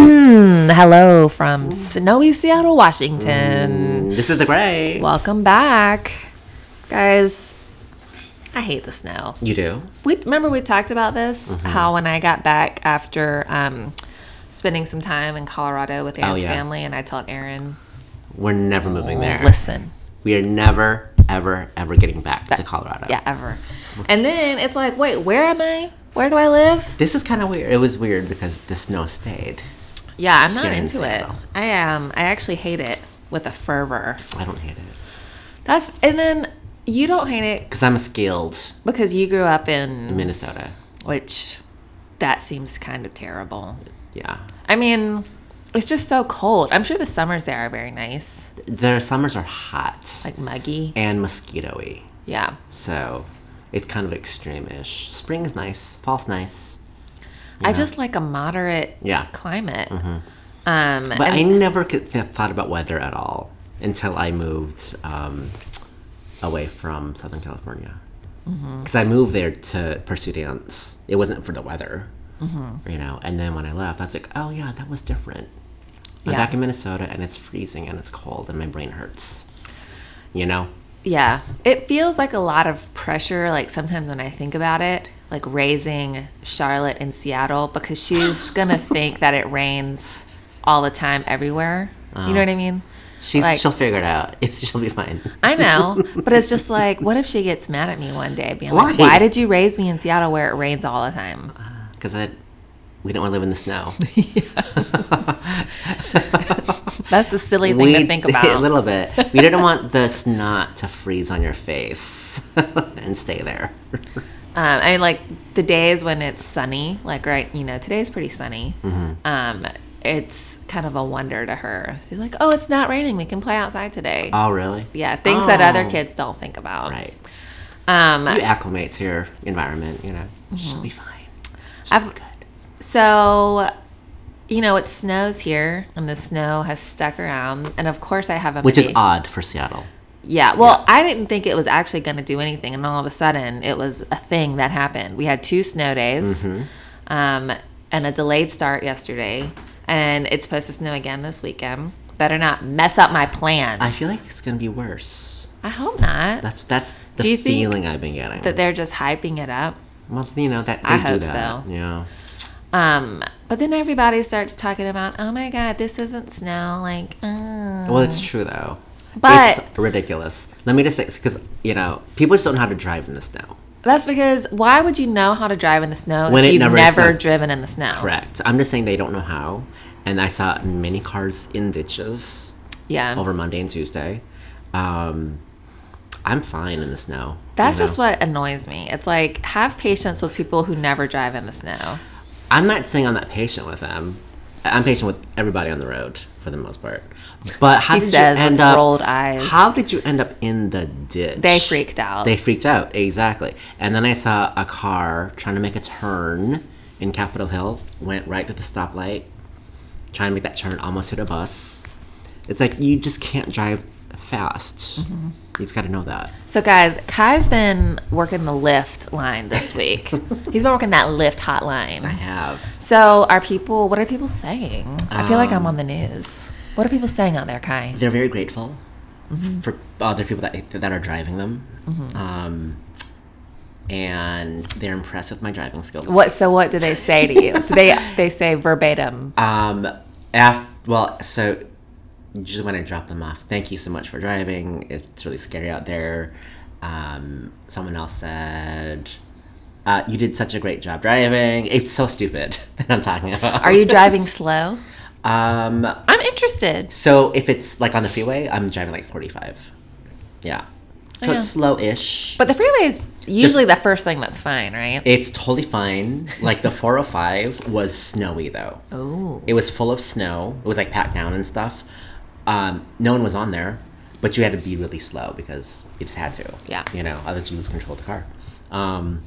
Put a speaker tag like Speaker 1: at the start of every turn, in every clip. Speaker 1: Hello from snowy Seattle, Washington.
Speaker 2: This is the gray.
Speaker 1: Welcome back, guys. I hate the snow.
Speaker 2: you do?
Speaker 1: We remember we talked about this
Speaker 2: Mm-hmm.
Speaker 1: how when I got back after um, spending some time in Colorado with Aaron's
Speaker 2: Oh, yeah.
Speaker 1: family, and I told Aaron,
Speaker 2: We're never moving there.
Speaker 1: "Listen,
Speaker 2: We are never, ever, ever getting back to Colorado.
Speaker 1: yeah, ever." And then it's like, "Wait, where am I? Where do I live?"
Speaker 2: This is kind of weird. It was weird because the snow stayed.
Speaker 1: Yeah, I'm not
Speaker 2: Here in
Speaker 1: into it.
Speaker 2: Seattle.
Speaker 1: I am. I actually hate it with a fervor.
Speaker 2: I don't hate it
Speaker 1: That's and then you don't hate it
Speaker 2: because I'm skilled
Speaker 1: because you grew up in
Speaker 2: Minnesota.
Speaker 1: which that seems kind of terrible.
Speaker 2: Yeah.
Speaker 1: I mean, it's just so cold. I'm sure the summers there are very nice,
Speaker 2: Their summers are hot
Speaker 1: like muggy.
Speaker 2: and mosquito-y.
Speaker 1: Yeah.
Speaker 2: So it's kind of extreme-ish. Spring's nice. Fall's nice.
Speaker 1: I just like a moderate
Speaker 2: Yeah. Mm-hmm.
Speaker 1: climate. Um,
Speaker 2: But
Speaker 1: and-
Speaker 2: I never could th- thought about weather at all until I moved um, away from Southern California. Because I moved there to pursue dance. It wasn't for the weather, you know. And then when I left, I was like, oh yeah, that was different. I'm
Speaker 1: Yeah.
Speaker 2: back in Minnesota and it's freezing and it's cold and my brain hurts, you know?
Speaker 1: yeah, it feels like a lot of pressure. Like sometimes when I think about it, like raising Charlotte in Seattle because she's gonna think that it rains all the time everywhere. You
Speaker 2: Uh-huh.
Speaker 1: know what I mean?
Speaker 2: She's,
Speaker 1: Like-
Speaker 2: she'll figure it out. It's, she'll be fine.
Speaker 1: I know, but it's just like, what if she gets mad at me one day, being like,
Speaker 2: Why?
Speaker 1: "Why did you raise me in Seattle where it rains all the time?"
Speaker 2: Because I, we don't want to live in the snow.
Speaker 1: That's a silly thing to think about.
Speaker 2: a little bit. We didn't want the snot to freeze on your face and stay there.
Speaker 1: Um, I mean, like the days when it's sunny, like right, you know, today's pretty sunny.
Speaker 2: Mm-hmm.
Speaker 1: Um, it's kind of a wonder to her. She's like, "Oh, it's not raining. We can play outside today."
Speaker 2: Oh, really?
Speaker 1: yeah, things that other
Speaker 2: Oh.
Speaker 1: kids don't think about.
Speaker 2: Right.
Speaker 1: Um,
Speaker 2: You acclimate to your environment. You know, she'll be fine. She'll
Speaker 1: Mm-hmm. I've-
Speaker 2: be good.
Speaker 1: so, you know, it snows here, and the snow has stuck around. And of course, I have a
Speaker 2: Which is
Speaker 1: big-
Speaker 2: odd for Seattle.
Speaker 1: Yeah. Well, I didn't think it was actually going to do anything, and all of a sudden, it was a thing that happened. We had two snow days,
Speaker 2: Mm-hmm.
Speaker 1: um, and a delayed start yesterday, and it's supposed to snow again this weekend. Better not mess up my plans.
Speaker 2: I feel like it's gonna be worse.
Speaker 1: I hope not.
Speaker 2: That's that's the
Speaker 1: Do you think
Speaker 2: feeling I've been getting.
Speaker 1: that they're just hyping it up.
Speaker 2: well, you know that they
Speaker 1: I
Speaker 2: do
Speaker 1: hope
Speaker 2: that.
Speaker 1: so.
Speaker 2: Yeah.
Speaker 1: Um, but then everybody starts talking about, oh my god, this isn't snow. Like, uh.
Speaker 2: Well, it's true though.
Speaker 1: But-
Speaker 2: it's ridiculous. Let me just say, because you know, people just don't know how to drive in the snow.
Speaker 1: that's because why would you know how to drive in the snow
Speaker 2: When
Speaker 1: if
Speaker 2: it
Speaker 1: you've
Speaker 2: never
Speaker 1: never
Speaker 2: snows.
Speaker 1: driven in the snow?
Speaker 2: Correct. I'm just saying they don't know how. And I saw many cars in ditches
Speaker 1: Yeah.
Speaker 2: over Monday and Tuesday. Um, I'm fine in the snow. you
Speaker 1: That's
Speaker 2: know?
Speaker 1: just what annoys me. It's like have patience with people who never drive in the snow.
Speaker 2: I'm not saying I'm not patient with them. I- I'm patient with everybody on the road for the most part. But how
Speaker 1: He
Speaker 2: did
Speaker 1: says
Speaker 2: you
Speaker 1: with
Speaker 2: end up?
Speaker 1: rolled eyes.
Speaker 2: How did you end up in the ditch?
Speaker 1: They freaked out.
Speaker 2: They freaked out exactly. And then I saw a car trying to make a turn in Capitol Hill, went right to the stoplight, trying to make that turn, almost hit a bus. It's like you just can't drive fast. You just got to know that.
Speaker 1: So guys, Kai's been working the Lyft line this week. He's been working that Lyft
Speaker 2: I
Speaker 1: hotline.
Speaker 2: have.
Speaker 1: So are people what are people saying? I feel like I'm on the news. What are people saying out there, Kai?
Speaker 2: they're very grateful for other people that that are driving them, um, and they're impressed with my driving skills.
Speaker 1: What so what do they say to you? Do they they say verbatim.
Speaker 2: Um, af- well, so just want to drop them off. Thank you so much for driving. It's really scary out there. Um, someone else said. Uh, you did such a great job driving. It's so stupid that I'm talking about.
Speaker 1: Are you driving slow?
Speaker 2: Um,
Speaker 1: I'm interested.
Speaker 2: So if it's like on the freeway, I'm driving like 45. Yeah. So
Speaker 1: Yeah.
Speaker 2: it's slow-ish.
Speaker 1: But the freeway is usually the first thing that's fine, right?
Speaker 2: It's totally fine. Like the 405 was snowy though.
Speaker 1: Oh.
Speaker 2: It was full of snow. It was like packed down and stuff. Um, no one was on there, but you had to be really slow because you just had to.
Speaker 1: Yeah.
Speaker 2: You know, otherwise you lose control of the car. Um,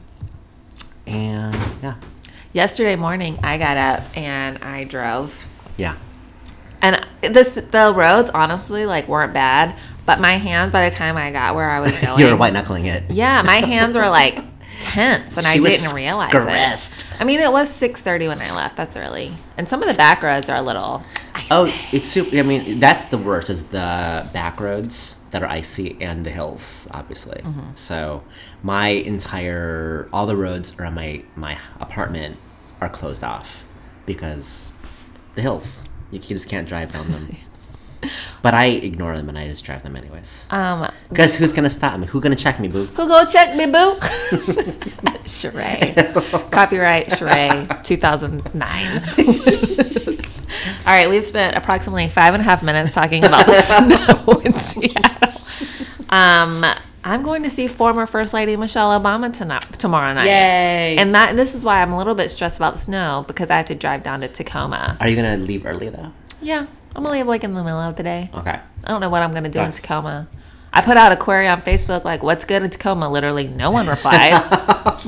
Speaker 2: and yeah,
Speaker 1: Yesterday morning, I got up and I drove.
Speaker 2: yeah.
Speaker 1: And this the roads honestly like weren't bad, but my hands by the time I got where I was going,
Speaker 2: You were white knuckling it.
Speaker 1: yeah, my hands were like intense, and I
Speaker 2: She was
Speaker 1: didn't realize
Speaker 2: stressed.
Speaker 1: it. I mean, it was six thirty when I left. That's early, and some of the back roads are a little. icy.
Speaker 2: Oh, it's super. I mean, that's the worst is the back roads that are icy and the hills, obviously. So my entire all the roads around my my apartment are closed off because the hills. You c- you just can't drive down them. but I ignore them and I just drive them anyways.
Speaker 1: Um,
Speaker 2: Because who's gonna stop me? Who's gonna check me, boo?
Speaker 1: who go check me, boo? Sheree. Copyright Sheree, 2009. All right, we've spent approximately five and a half minutes talking about snow in Seattle. Um, I'm going to see former First Lady Michelle Obama tonight, tomorrow night.
Speaker 2: Yay!
Speaker 1: And that this is why I'm a little bit stressed about the snow because I have to drive down to Tacoma.
Speaker 2: are you gonna leave early though?
Speaker 1: Yeah, I'm gonna leave like in the middle of the day.
Speaker 2: Okay.
Speaker 1: I don't know what I'm gonna do
Speaker 2: That's-
Speaker 1: in Tacoma. I put out a query on Facebook like, "What's good in Tacoma?" Literally, no one replied.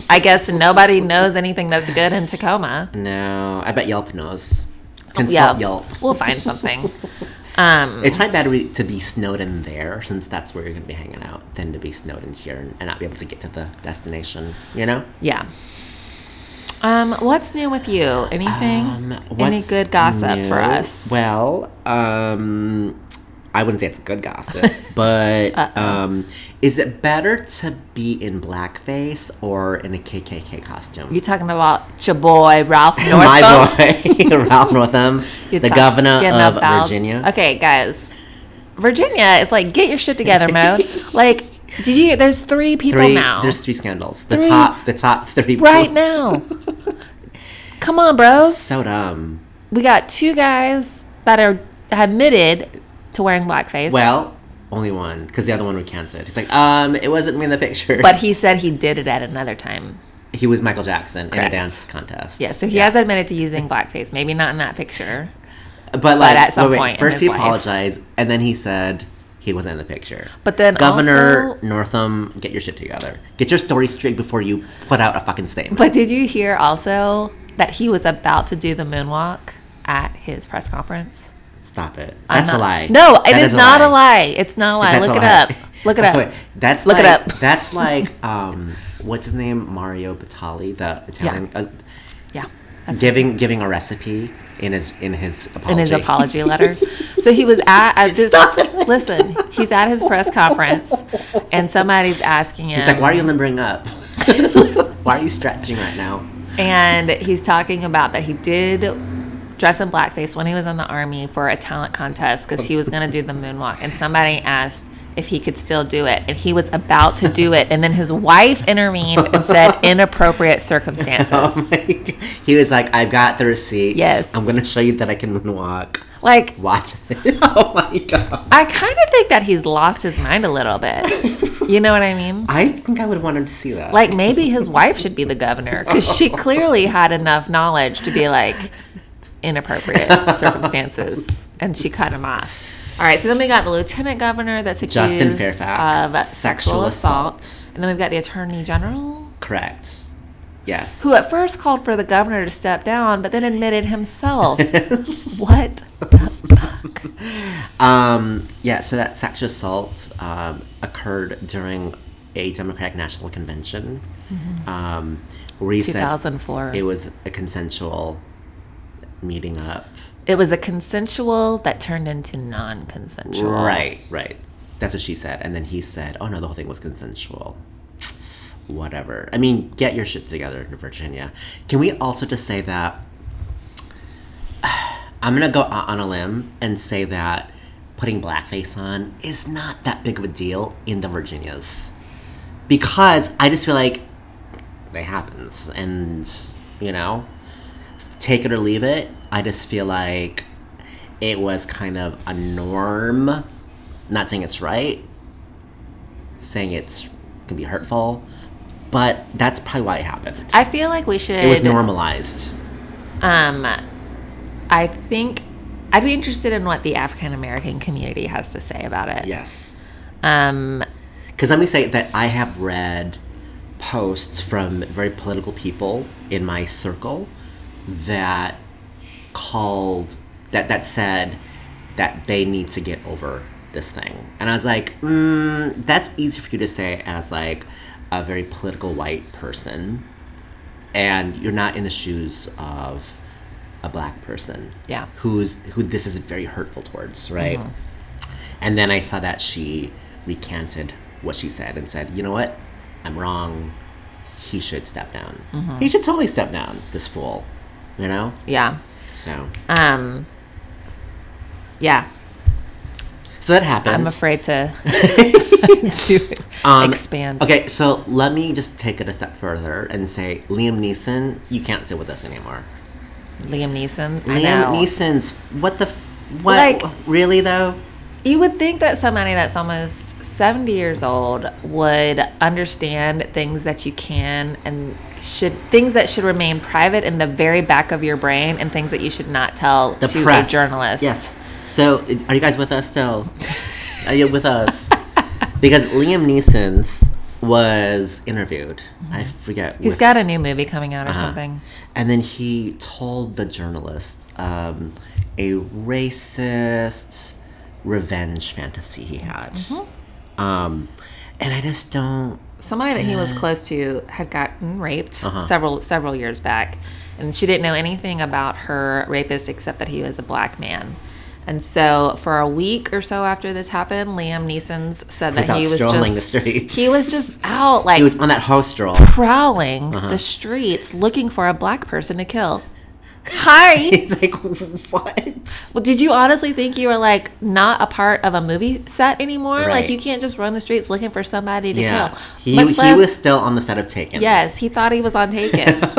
Speaker 1: I guess nobody knows anything that's good in Tacoma.
Speaker 2: No, I bet Yelp knows. Consult
Speaker 1: Yeah,
Speaker 2: Yelp.
Speaker 1: we'll find something. Um,
Speaker 2: It's probably better to be snowed in there, since that's where you're gonna be hanging out, than to be snowed in here and, and not be able to get to the destination. You know?
Speaker 1: yeah. Um, what's new with you? Anything? Any
Speaker 2: Um, what's
Speaker 1: good gossip for
Speaker 2: new?
Speaker 1: us?
Speaker 2: Well, um, I wouldn't say it's good gossip, but um, is it better to be in blackface or in a KKK costume?
Speaker 1: you talking about your boy Ralph Northam?
Speaker 2: My boy, Ralph Northam,
Speaker 1: You're
Speaker 2: the
Speaker 1: talking
Speaker 2: governor of
Speaker 1: about-
Speaker 2: Virginia.
Speaker 1: Okay, guys, Virginia is like get your shit together, Mo. like, did you? There's three people
Speaker 2: Three,
Speaker 1: now.
Speaker 2: there's three scandals. The
Speaker 1: Three.
Speaker 2: top, the top three.
Speaker 1: right now. Come on, bros.
Speaker 2: So dumb.
Speaker 1: We got two guys that are admitted to wearing blackface.
Speaker 2: Well, only one, because the other one we canceled. He's like, um, it wasn't me in the picture.
Speaker 1: but he said he did it at another time.
Speaker 2: he was Michael Jackson in a
Speaker 1: Correct.
Speaker 2: dance contest.
Speaker 1: Yeah, so he has admitted to using blackface. Maybe not in that picture.
Speaker 2: but like,
Speaker 1: at some
Speaker 2: wait, wait,
Speaker 1: point in
Speaker 2: first
Speaker 1: his
Speaker 2: he
Speaker 1: life.
Speaker 2: apologized, and then he said he wasn't in the picture.
Speaker 1: But then
Speaker 2: Governor
Speaker 1: also-
Speaker 2: Northam, get your shit together. Get your story straight before you put out a fucking statement.
Speaker 1: But did you hear also that he was about to do the moonwalk at his press conference?
Speaker 2: Stop it.
Speaker 1: I'm
Speaker 2: That's
Speaker 1: not-
Speaker 2: a lie.
Speaker 1: No, it
Speaker 2: That
Speaker 1: is, not a lie. It's not a lie.
Speaker 2: That's
Speaker 1: Look
Speaker 2: a
Speaker 1: it
Speaker 2: lie. Oh,
Speaker 1: up. Look it up.
Speaker 2: Wait, that's
Speaker 1: Look it
Speaker 2: like-
Speaker 1: up.
Speaker 2: That's like um, what's his name? Mario Batali, the Italian. uh,
Speaker 1: Yeah.
Speaker 2: giving giving a recipe in his in his apology.
Speaker 1: in his apology letter. So he was at, at this, listen, he's at his press conference and somebody's asking him
Speaker 2: It's like, why are you limbering up? why are you stretching right now?
Speaker 1: and he's talking about that he did dress in blackface when he was in the army for a talent contest because he was going to do the moonwalk and somebody asked if he could still do it and he was about to do it and then his wife intervened and said inappropriate circumstances
Speaker 2: Oh my g- he was like, I've got the receipts.
Speaker 1: Yes.
Speaker 2: I'm gonna show you that I can walk.
Speaker 1: like
Speaker 2: Watch this. oh my god.
Speaker 1: i kind of think that he's lost his mind a little bit you know what i mean
Speaker 2: I think I would want him to see that.
Speaker 1: Like maybe his wife should be the governor because she clearly had enough knowledge to be like inappropriate circumstances, and she cut him off. All right, so then we got the lieutenant governor that's accused
Speaker 2: Justin Fairfax,
Speaker 1: of
Speaker 2: sexual
Speaker 1: sexual assault.
Speaker 2: assault.
Speaker 1: and then we've got the attorney general
Speaker 2: correct. Yes.
Speaker 1: who at first called for the governor to step down, but then admitted himself. what the fuck?
Speaker 2: Um, yeah, so that sexual assault um, occurred during a Democratic National Convention.
Speaker 1: Mm-hmm.
Speaker 2: Um, where he said
Speaker 1: 2004.
Speaker 2: It was a consensual meeting up.
Speaker 1: It was a consensual that turned into non-consensual.
Speaker 2: Right, right. That's what she said. And then he said, oh no, the whole thing was consensual. Whatever. I mean, get your shit together, Virginia. Can we also just say that? I'm going to go o- on a limb and say that putting blackface on is not that big of a deal in the Virginias. Because I just feel like it happens. And, you know, take it or leave it. I just feel like it was kind of a norm. Not saying it's right, saying it's can be hurtful, but that's probably why it happened.
Speaker 1: I feel like we should.
Speaker 2: It was normalized.
Speaker 1: Um, I think I'd be interested in what the African American community has to say about it.
Speaker 2: Yes.
Speaker 1: Um,
Speaker 2: Because let me say that I have read posts from very political people in my circle that called that that said that they need to get over this thing, and I was like, mm, that's easy for you to say as like a very political white person, and you're not in the shoes of a black person.
Speaker 1: Yeah.
Speaker 2: Who's who? This is very hurtful towards, right? And then I saw that she recanted what she said and said, "You know what? I'm wrong. He should step down. He should totally step down. This fool, you know."
Speaker 1: Yeah.
Speaker 2: So,
Speaker 1: Um. Yeah,
Speaker 2: so that happens.
Speaker 1: I'm afraid to, to expand.
Speaker 2: Um, Okay, so let me just take it a step further and say, Liam Neeson, you can't sit with us anymore.
Speaker 1: Liam Neeson's. I
Speaker 2: Liam
Speaker 1: know.
Speaker 2: Neeson's what the f- what
Speaker 1: Like-
Speaker 2: really though?
Speaker 1: You would think that somebody that's almost 70 years old would understand things that you can and should things that should remain private in the very back of your brain and things that you should not tell
Speaker 2: The
Speaker 1: to
Speaker 2: press
Speaker 1: a journalist.
Speaker 2: Yes. So, are you guys with us still? are you with us? Because Liam Neeson's was interviewed. I forget.
Speaker 1: He's
Speaker 2: with- Uh-huh.
Speaker 1: got a new movie coming out or something.
Speaker 2: And then he told the journalist um, a racist revenge fantasy he had.
Speaker 1: Mm-hmm.
Speaker 2: Um, and I just don't.
Speaker 1: Somebody that he was close to had gotten raped
Speaker 2: Uh-huh.
Speaker 1: several several years back and she didn't know anything about her rapist except that he was a black man. And so for a week or so after this happened, Liam Neeson's said
Speaker 2: He's
Speaker 1: that
Speaker 2: out
Speaker 1: he was
Speaker 2: strolling
Speaker 1: just
Speaker 2: the streets.
Speaker 1: He was just out like
Speaker 2: He was Uh-huh. on that house stroll.
Speaker 1: prowling the streets looking for a black person to kill. Hi.
Speaker 2: It's like what?
Speaker 1: well, did you honestly think you were like not a part of a movie set anymore?
Speaker 2: Right.
Speaker 1: Like you can't just roam the streets looking for somebody to
Speaker 2: Yeah,
Speaker 1: kill.
Speaker 2: he,
Speaker 1: Much
Speaker 2: he
Speaker 1: less-
Speaker 2: was still on the set of Taken.
Speaker 1: Yes, he thought he was on Taken.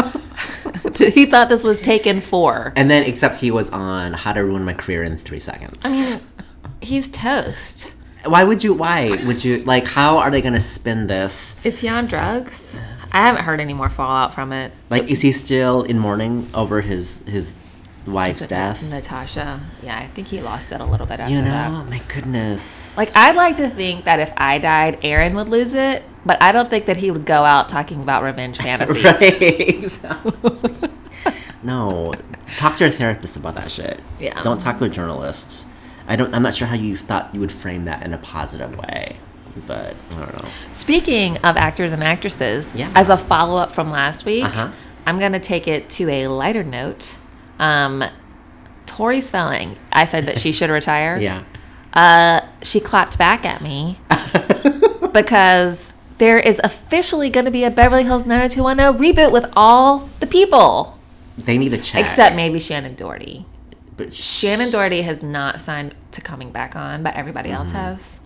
Speaker 1: he thought this was Taken Four.
Speaker 2: And then, except he was on How to Ruin My Career in Three Seconds.
Speaker 1: I mean, he's toast.
Speaker 2: why would you? Why would you? Like, how are they going to spin this?
Speaker 1: Is he on drugs? I haven't heard any more fallout from it.
Speaker 2: Like, is he still in mourning over his his wife's death?
Speaker 1: Natasha. Yeah, I think he lost it a little bit after
Speaker 2: You know,
Speaker 1: that.
Speaker 2: my goodness.
Speaker 1: Like I'd like to think that if I died, Aaron would lose it, but I don't think that he would go out talking about revenge fantasies.
Speaker 2: right? Exactly. no, talk to your therapist about that shit.
Speaker 1: Yeah.
Speaker 2: Don't talk to a journalist. I don't. I'm not sure how you thought you would frame that in a positive way, but I don't know.
Speaker 1: Speaking of actors and actresses,
Speaker 2: Yeah.
Speaker 1: as a follow up from last week,
Speaker 2: Uh-huh.
Speaker 1: I'm gonna take it to a lighter note. Um, Tori Spelling, I said that she should retire.
Speaker 2: Yeah.
Speaker 1: Uh, she clapped back at me because there is officially gonna be a Beverly Hills 90210 reboot with all the people
Speaker 2: They need a check.
Speaker 1: except maybe Shannon Doherty.
Speaker 2: but sh-
Speaker 1: Shannon Doherty has not signed to coming back on, but everybody else has.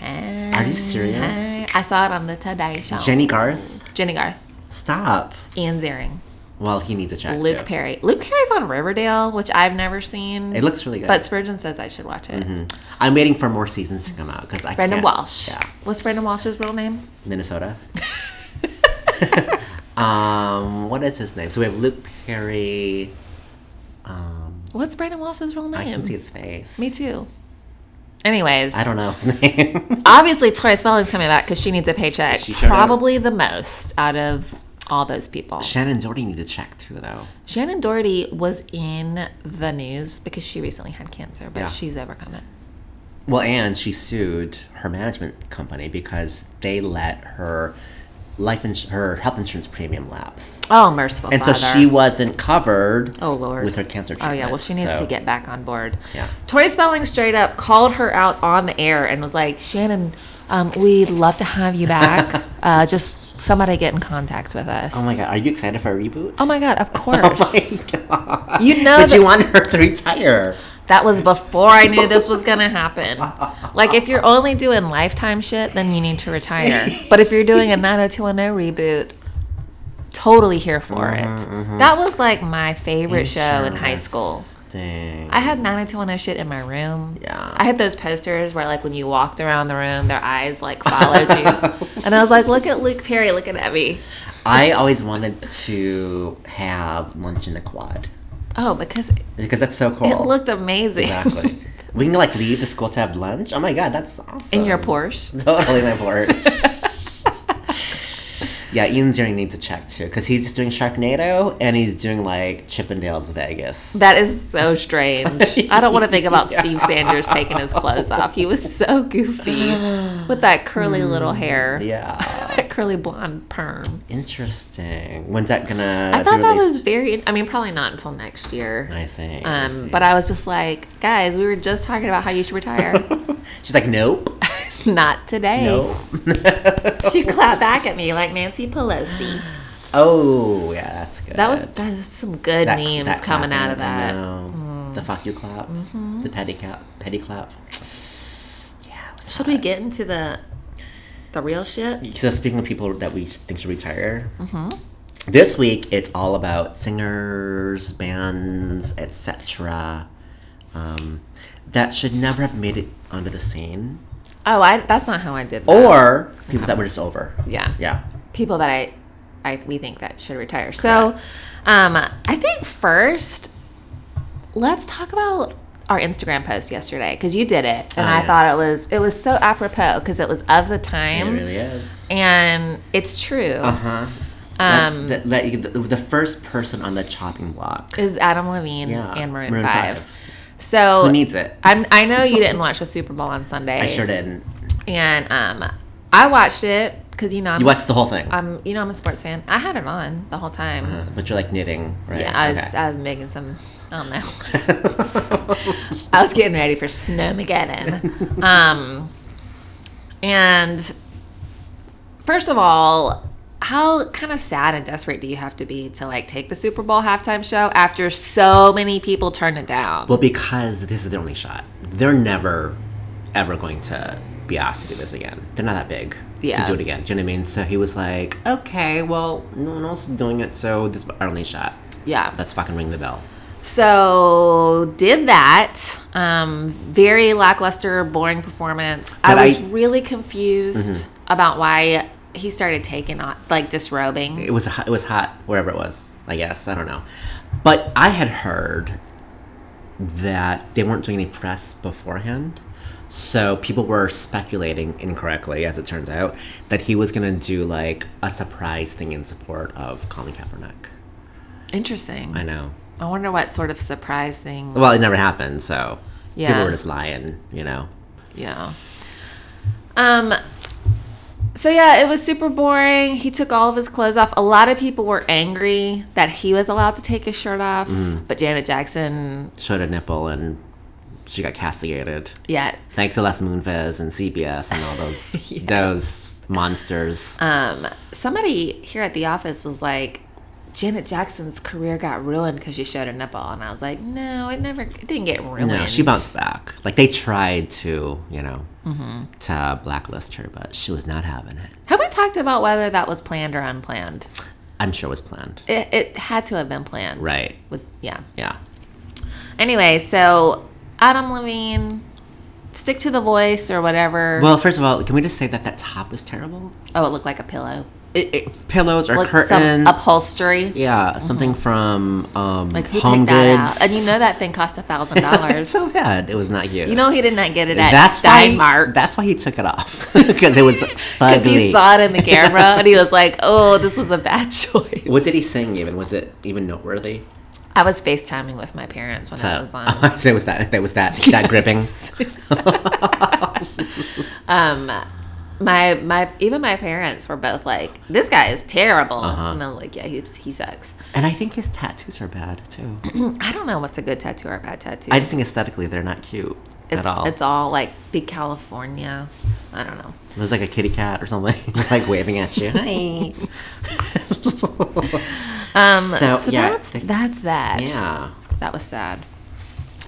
Speaker 2: Mm-hmm. Are you serious?
Speaker 1: Hey, I saw it on the Today Show.
Speaker 2: Jenny Garth,
Speaker 1: Jenny Garth,
Speaker 2: stop.
Speaker 1: Ian Ziering,
Speaker 2: Well, he needs a check.
Speaker 1: Luke
Speaker 2: too.
Speaker 1: Perry. Luke Perry's on Riverdale, which I've never seen.
Speaker 2: It looks really good.
Speaker 1: But Spurgeon says I should watch it.
Speaker 2: I'm waiting for more seasons to come out because I
Speaker 1: Brendan
Speaker 2: can't.
Speaker 1: Walsh.
Speaker 2: Yeah,
Speaker 1: What's Brendan Walsh's real name?
Speaker 2: Minnesota. um, what is his name? So we have Luke Perry. Um,
Speaker 1: What's Brendan Walsh's real name?
Speaker 2: I can see his face.
Speaker 1: Me too. Anyways,
Speaker 2: I don't know his name.
Speaker 1: obviously Tori Spelling's coming back because she needs a paycheck,
Speaker 2: She sure does.
Speaker 1: probably the most out of all those people.
Speaker 2: Shannon Doherty needs a check too, though.
Speaker 1: Shannon Doherty was in the news because she recently had cancer, but
Speaker 2: Yeah.
Speaker 1: she's overcome it.
Speaker 2: Well, and she sued her management company because they let her life ins- her health insurance premium lapse.
Speaker 1: Oh, merciful
Speaker 2: And
Speaker 1: father.
Speaker 2: so she wasn't covered.
Speaker 1: Oh, Lord.
Speaker 2: With her cancer
Speaker 1: Oh
Speaker 2: treatment.
Speaker 1: yeah, well she needs
Speaker 2: so-
Speaker 1: to get back on board.
Speaker 2: Yeah.
Speaker 1: Tori Spelling straight up called her out on the air and was like, "Shannon, um, we'd love to have you back. uh, just somebody get in contact with us."
Speaker 2: Oh my god, are you excited for a reboot?
Speaker 1: Oh my god, of course.
Speaker 2: my god.
Speaker 1: You know
Speaker 2: But
Speaker 1: that-
Speaker 2: you want her to retire.
Speaker 1: That was before I knew this was gonna happen. Like, if you're only doing lifetime shit, then you need to retire. But if you're doing a 90210 reboot, totally here for it.
Speaker 2: Mm-hmm,
Speaker 1: That was like my favorite show in high school.
Speaker 2: Interesting.
Speaker 1: I had 90210 shit in my room.
Speaker 2: Yeah.
Speaker 1: I had those posters where, like, when you walked around the room, their eyes like followed you. and I was like, look at Luke Perry, look at Evie.
Speaker 2: I always wanted to have lunch in the quad
Speaker 1: Oh, because
Speaker 2: because that's so cool.
Speaker 1: it looked amazing.
Speaker 2: exactly. we can like leave the school to have lunch. Oh my god, that's awesome.
Speaker 1: in your Porsche.
Speaker 2: Totally my Porsche. yeah, Ian Ziering needs a check too because he's just doing Sharknado and he's doing like Chippendales Vegas.
Speaker 1: That is so strange. I don't want to think about Steve Sanders taking his clothes off. He was so goofy with that curly little hair.
Speaker 2: Hmm. Yeah.
Speaker 1: That curly blonde perm.
Speaker 2: Interesting. When's that gonna?
Speaker 1: I thought
Speaker 2: be
Speaker 1: that was
Speaker 2: released?
Speaker 1: very. I mean, probably not until next year.
Speaker 2: I see. I see.
Speaker 1: Um, but I was just like, guys, we were just talking about how you should retire.
Speaker 2: She's like, nope,
Speaker 1: not today.
Speaker 2: nope.
Speaker 1: She clapped back at me like Nancy Pelosi.
Speaker 2: Oh yeah, that's good.
Speaker 1: That was that was some good
Speaker 2: That-
Speaker 1: memes
Speaker 2: that
Speaker 1: coming out of
Speaker 2: clapping, I
Speaker 1: that.
Speaker 2: know. The fuck you clap. The petty clap. Petty clap. Yeah. it was
Speaker 1: Should we get into the the real shit?
Speaker 2: So speaking of people that we think should retire, this week it's all about singers, bands, etc. Um, that should never have made it onto the scene,
Speaker 1: Oh, I, that's not how I did. That.
Speaker 2: or people that were just over.
Speaker 1: yeah,
Speaker 2: Yeah.
Speaker 1: people that I, I we think that should retire. So, um, I think first, let's talk about our Instagram post yesterday because you did it, and
Speaker 2: Oh,
Speaker 1: I
Speaker 2: yeah.
Speaker 1: thought it was it was so apropos because it was of the time,
Speaker 2: It really is.
Speaker 1: and it's true. Um,
Speaker 2: Uh huh. That's the, that you- the, the first person on the chopping block.
Speaker 1: Is Adam Levine
Speaker 2: Yeah,
Speaker 1: and Maroon,
Speaker 2: Maroon
Speaker 1: Five.
Speaker 2: five.
Speaker 1: So
Speaker 2: Who needs it?
Speaker 1: I'm, I know you didn't watch the Super Bowl on Sunday.
Speaker 2: I sure didn't.
Speaker 1: And um, I watched it because you know I'm,
Speaker 2: You watched the whole thing,
Speaker 1: I'm you know I'm a sports fan. I had it on the whole time.
Speaker 2: Uh, but you're like knitting, right?
Speaker 1: Yeah, I was
Speaker 2: Okay.
Speaker 1: I was making some. I don't know. I was getting ready for Snowmageddon. Um, and first of all, how kind of sad and desperate do you have to be to like take the Super Bowl halftime show after so many people turned it down?
Speaker 2: Well, because this is their only shot. They're never, ever going to be asked to do this again. They're not that big
Speaker 1: Yeah.
Speaker 2: to do it again. Do you know what I mean? So he was like, okay, well, no one else is doing it, so this is our only shot.
Speaker 1: yeah.
Speaker 2: Let's fucking ring the bell.
Speaker 1: So did that. Um, very lackluster, boring performance. I
Speaker 2: But
Speaker 1: was
Speaker 2: I- Mm-hmm.
Speaker 1: really confused about why he started taking on like disrobing.
Speaker 2: It was it was hot wherever it was. I guess I don't know, but I had heard that they weren't doing any press beforehand. So people were speculating incorrectly, as it turns out, that he was gonna do like a surprise thing in support of Colin Kaepernick.
Speaker 1: Interesting.
Speaker 2: I know.
Speaker 1: I wonder what sort of surprise thing.
Speaker 2: Well, it never happened, so
Speaker 1: Yeah.
Speaker 2: people were just lying, you know.
Speaker 1: Yeah. Um. So yeah, it was super boring. He took all of his clothes off. A lot of people were angry that he was allowed to take his shirt off,
Speaker 2: Mm.
Speaker 1: but Janet Jackson,
Speaker 2: Showed a nipple and she got castigated.
Speaker 1: yeah,
Speaker 2: Thanks to Les Moonves and CBS and all those those monsters.
Speaker 1: Um, somebody here at the office was like, Janet Jackson's career got ruined because she showed a nipple, and I was like, no, it never, it didn't get ruined.
Speaker 2: No, she bounced back. Like they tried to, you know,
Speaker 1: Mm-hmm.
Speaker 2: to blacklist her, but she was not having it.
Speaker 1: Have we talked about whether that was planned or unplanned?
Speaker 2: I'm sure it was planned.
Speaker 1: It, it had to have been planned,
Speaker 2: Right.
Speaker 1: With yeah.
Speaker 2: Yeah.
Speaker 1: Anyway, so Adam Levine, stick to the voice or whatever.
Speaker 2: Well, first of all, can we just say that that top was terrible?
Speaker 1: oh, it looked like a pillow,
Speaker 2: It, it, pillows or
Speaker 1: like some
Speaker 2: curtains.
Speaker 1: upholstery.
Speaker 2: yeah, something from um,
Speaker 1: Like who
Speaker 2: Home
Speaker 1: picked that
Speaker 2: Goods.
Speaker 1: out? And you know that thing cost a thousand
Speaker 2: it's
Speaker 1: dollars.
Speaker 2: so bad. It was not you.
Speaker 1: You know he did not get it at
Speaker 2: that's why.
Speaker 1: Steinmark.
Speaker 2: That's why he took it off because it was
Speaker 1: Because
Speaker 2: fugly.
Speaker 1: he saw it in the camera and he was like, oh, this was a bad choice.
Speaker 2: What did he sing? Even was it even noteworthy?
Speaker 1: I was FaceTiming with my parents when I was on.
Speaker 2: it was that. That was that. That gripping.
Speaker 1: Um, my my even my parents were both like, this guy is terrible,
Speaker 2: Uh-huh.
Speaker 1: and I'm like, yeah, he he sucks.
Speaker 2: And I think his tattoos are bad too.
Speaker 1: I don't know what's a good tattoo or a bad tattoo.
Speaker 2: I just think aesthetically they're not cute
Speaker 1: it's,
Speaker 2: at all.
Speaker 1: It's all like big California. I don't know.
Speaker 2: There's like a kitty cat or something like waving at you. Hi.
Speaker 1: Um, so,
Speaker 2: So, yeah,
Speaker 1: that's
Speaker 2: they-
Speaker 1: that's that.
Speaker 2: yeah.
Speaker 1: That was sad.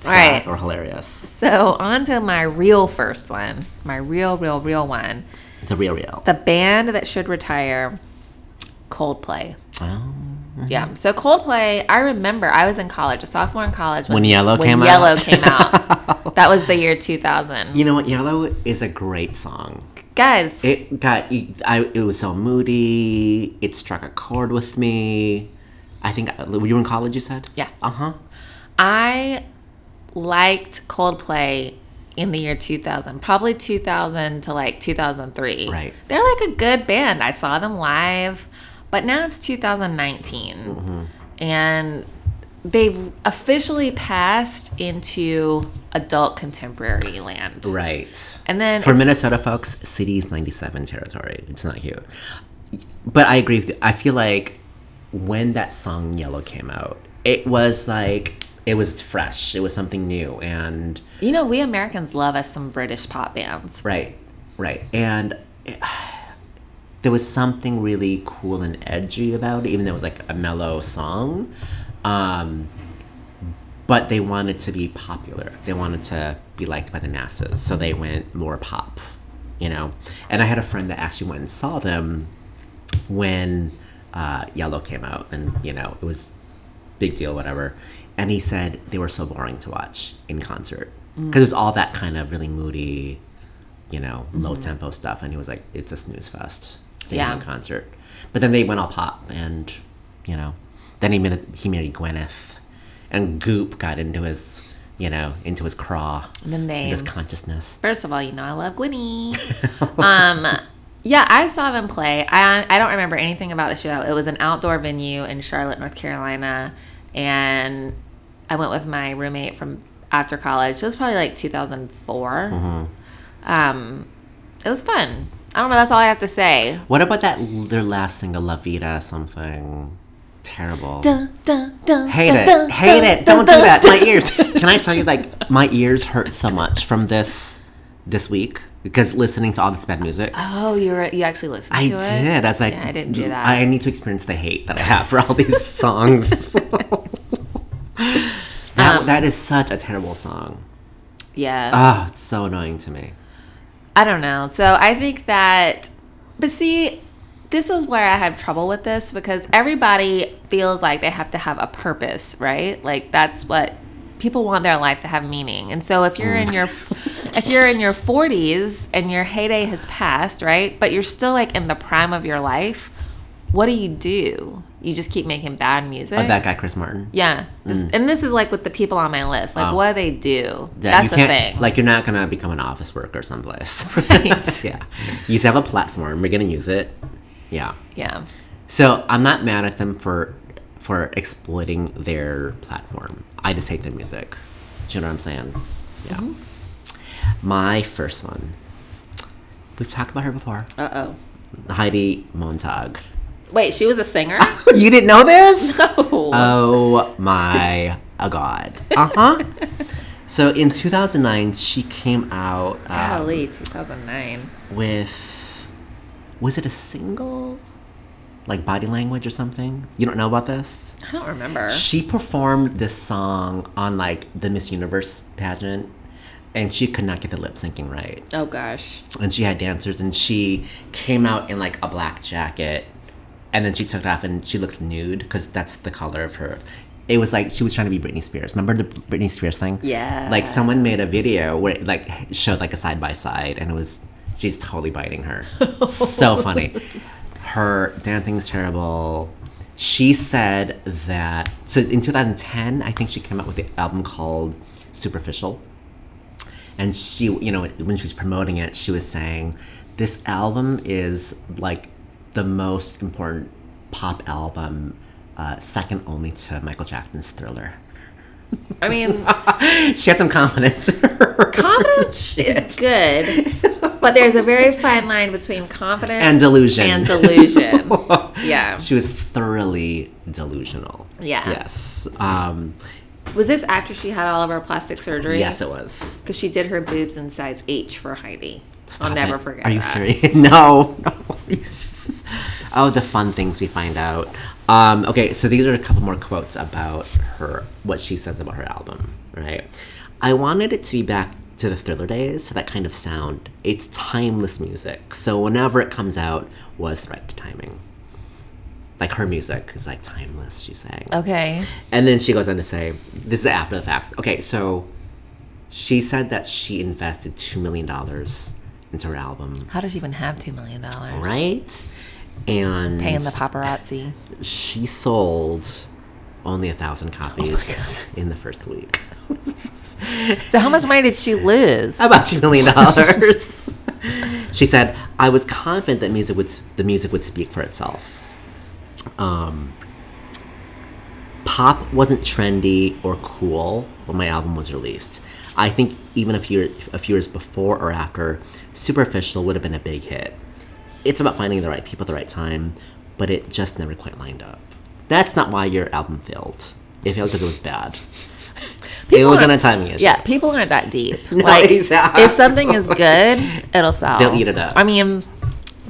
Speaker 2: Sad
Speaker 1: All right.
Speaker 2: Or hilarious.
Speaker 1: So on to my real first one, my real real real one.
Speaker 2: The real real.
Speaker 1: the band that should retire coldplay
Speaker 2: Oh.
Speaker 1: yeah so coldplay i remember i was in college a sophomore in college
Speaker 2: When Yellow
Speaker 1: when
Speaker 2: came out.
Speaker 1: yellow came out that was the year 2000
Speaker 2: You know what? Yellow is a great song.
Speaker 1: guys
Speaker 2: It got. e, I. It was so moody. It struck a chord with me. I think uh, were you in college? You said.
Speaker 1: Yeah.
Speaker 2: Uh huh.
Speaker 1: i liked coldplay in the year 2000 probably 2000 to like 2003
Speaker 2: Right.
Speaker 1: they're like a good band i saw them live but now it's 2019
Speaker 2: Mm-hmm.
Speaker 1: and they've officially passed into adult contemporary land
Speaker 2: Right.
Speaker 1: And then
Speaker 2: For
Speaker 1: it's-
Speaker 2: Minnesota folks, city's 97 territory. It's not cute. but I agree with you. I feel like when that song Yellow came out, it was like it was fresh. It was something new and
Speaker 1: You know, we Americans love us some British pop bands.
Speaker 2: right, right. And it- there was something really cool and edgy about it, even though it was like a mellow song. Um but they wanted to be popular. They wanted to be liked by the masses. So they went more pop, you know. And I had a friend that actually went and saw them when uh, Yellow came out, and you know it was big deal, whatever. And he said they were so boring to watch in concert because it was all that kind of really moody, you know, low tempo stuff. And he was like, "It's a snooze fest seeing them in
Speaker 1: Yeah.
Speaker 2: concert." But then they went all pop, and you know, then he married, he married Gwyneth, and Goop got into his, you know, into his craw,
Speaker 1: The
Speaker 2: into
Speaker 1: name.
Speaker 2: his consciousness.
Speaker 1: First of all, you know I love Gwynny. um, yeah, I saw them play. I I don't remember anything about the show. It was an outdoor venue in Charlotte, North Carolina, and I went with my roommate from after college. It was probably like 2004.
Speaker 2: Mm-hmm.
Speaker 1: Um, it was fun. I don't know. That's all I have to say.
Speaker 2: What about that their last single, La Vida, something terrible?
Speaker 1: Dun, dun, dun,
Speaker 2: Hate
Speaker 1: dun,
Speaker 2: it.
Speaker 1: dun,
Speaker 2: Hate
Speaker 1: dun,
Speaker 2: it.
Speaker 1: dun,
Speaker 2: Don't do
Speaker 1: dun,
Speaker 2: that.
Speaker 1: dun.
Speaker 2: My ears. Can I tell you like my ears hurt so much from this this week because listening to all this bad music.
Speaker 1: Oh, you were, you actually listened
Speaker 2: I
Speaker 1: to it.
Speaker 2: did. I was like,
Speaker 1: Yeah, I didn't do that.
Speaker 2: I need to experience the hate that I have for all these songs. that,
Speaker 1: Um,
Speaker 2: that is such a terrible song.
Speaker 1: Yeah.
Speaker 2: Oh, it's so annoying to me.
Speaker 1: I don't know. So I think that, but see, this is where I have trouble with this because everybody feels like they have to have a purpose, right? Like that's what people want their life to have meaning. And so if you're in your
Speaker 2: Mm.
Speaker 1: if you're in your 40s and your heyday has passed, right? But you're still like in the prime of your life, what do you do? You just keep making bad music.
Speaker 2: But that guy, Chris Martin.
Speaker 1: yeah. This, And this is like with the people on my list. Like
Speaker 2: Wow.
Speaker 1: what do they do?
Speaker 2: That
Speaker 1: That's
Speaker 2: you
Speaker 1: the
Speaker 2: can't,
Speaker 1: thing.
Speaker 2: Like you're not gonna become an office worker someplace.
Speaker 1: Right.
Speaker 2: yeah. You just have a platform. We're gonna use it. Yeah.
Speaker 1: yeah.
Speaker 2: So I'm not mad at them for for exploiting their platform. I just hate their music. Do you know what I'm saying? Yeah. My first one. We've talked about her before.
Speaker 1: Uh-oh.
Speaker 2: Heidi Montag.
Speaker 1: Wait, she was a singer?
Speaker 2: You didn't know this?
Speaker 1: No.
Speaker 2: Oh my a god. Uh huh. So in 2009, she came out uh,
Speaker 1: Golly, 2009.
Speaker 2: with was it a single, like body language or something? You don't know about this?
Speaker 1: I don't remember.
Speaker 2: She performed this song on like the Miss Universe pageant and she could not get the lip syncing right.
Speaker 1: Oh gosh.
Speaker 2: And she had dancers and she came out in like a black jacket and then she took it off and she looked nude because that's the color of her. It was like she was trying to be Britney Spears. Remember the Britney Spears thing?
Speaker 1: Yeah.
Speaker 2: Like someone made a video where it like showed like a side by side and it was she's totally biting her. so funny. Her dancing is terrible. She said that so in 2010, I think she came out with the album called Superficial. And she, you know, when she was promoting it, she was saying, "This album is like the most important pop album, uh, second only to Michael Jackson's Thriller."
Speaker 1: I mean,
Speaker 2: She had some confidence.
Speaker 1: confidence is good, but there's a very fine line between confidence
Speaker 2: and delusion.
Speaker 1: and delusion. yeah.
Speaker 2: she was thoroughly delusional.
Speaker 1: Yeah.
Speaker 2: Yes. Um,
Speaker 1: Was this after she had all of her plastic surgery?
Speaker 2: yes, it was.
Speaker 1: Because she did her boobs in size H for Heidi. I'll
Speaker 2: Stop
Speaker 1: never
Speaker 2: it.
Speaker 1: forget
Speaker 2: Are you
Speaker 1: that.
Speaker 2: serious? no. no. oh, the fun things we find out. Um, okay, so these are a couple more quotes about her, what she says about her album, right? I wanted it to be back to the thriller days, so that kind of sound. It's timeless music, so whenever it comes out was the right timing. Like her music is like timeless, she's saying.
Speaker 1: Okay.
Speaker 2: And then she goes on to say, this is after the fact. Okay, so she said that she invested $2 million into her album,
Speaker 1: How does she even have $2 million? Paying
Speaker 2: right? And
Speaker 1: the paparazzi.
Speaker 2: she sold only a thousand copies in the first week.
Speaker 1: So, how much money did she lose?
Speaker 2: About $2 million. she said, I was confident that music would, the music would speak for itself. Um, pop wasn't trendy or cool when my album was released. I think even a few a few years before or after, Superficial would have been a big hit. it's about finding the right people at the right time, but it just never quite lined up. That's not why your album failed. It failed because it was bad. it
Speaker 1: People
Speaker 2: wasn't a
Speaker 1: aren't-
Speaker 2: timing issue.
Speaker 1: Yeah, people aren't that deep.
Speaker 2: No,
Speaker 1: like,
Speaker 2: exactly.
Speaker 1: if something is good, it'll sell.
Speaker 2: Ah. They'll eat it up. Oh
Speaker 1: I mean,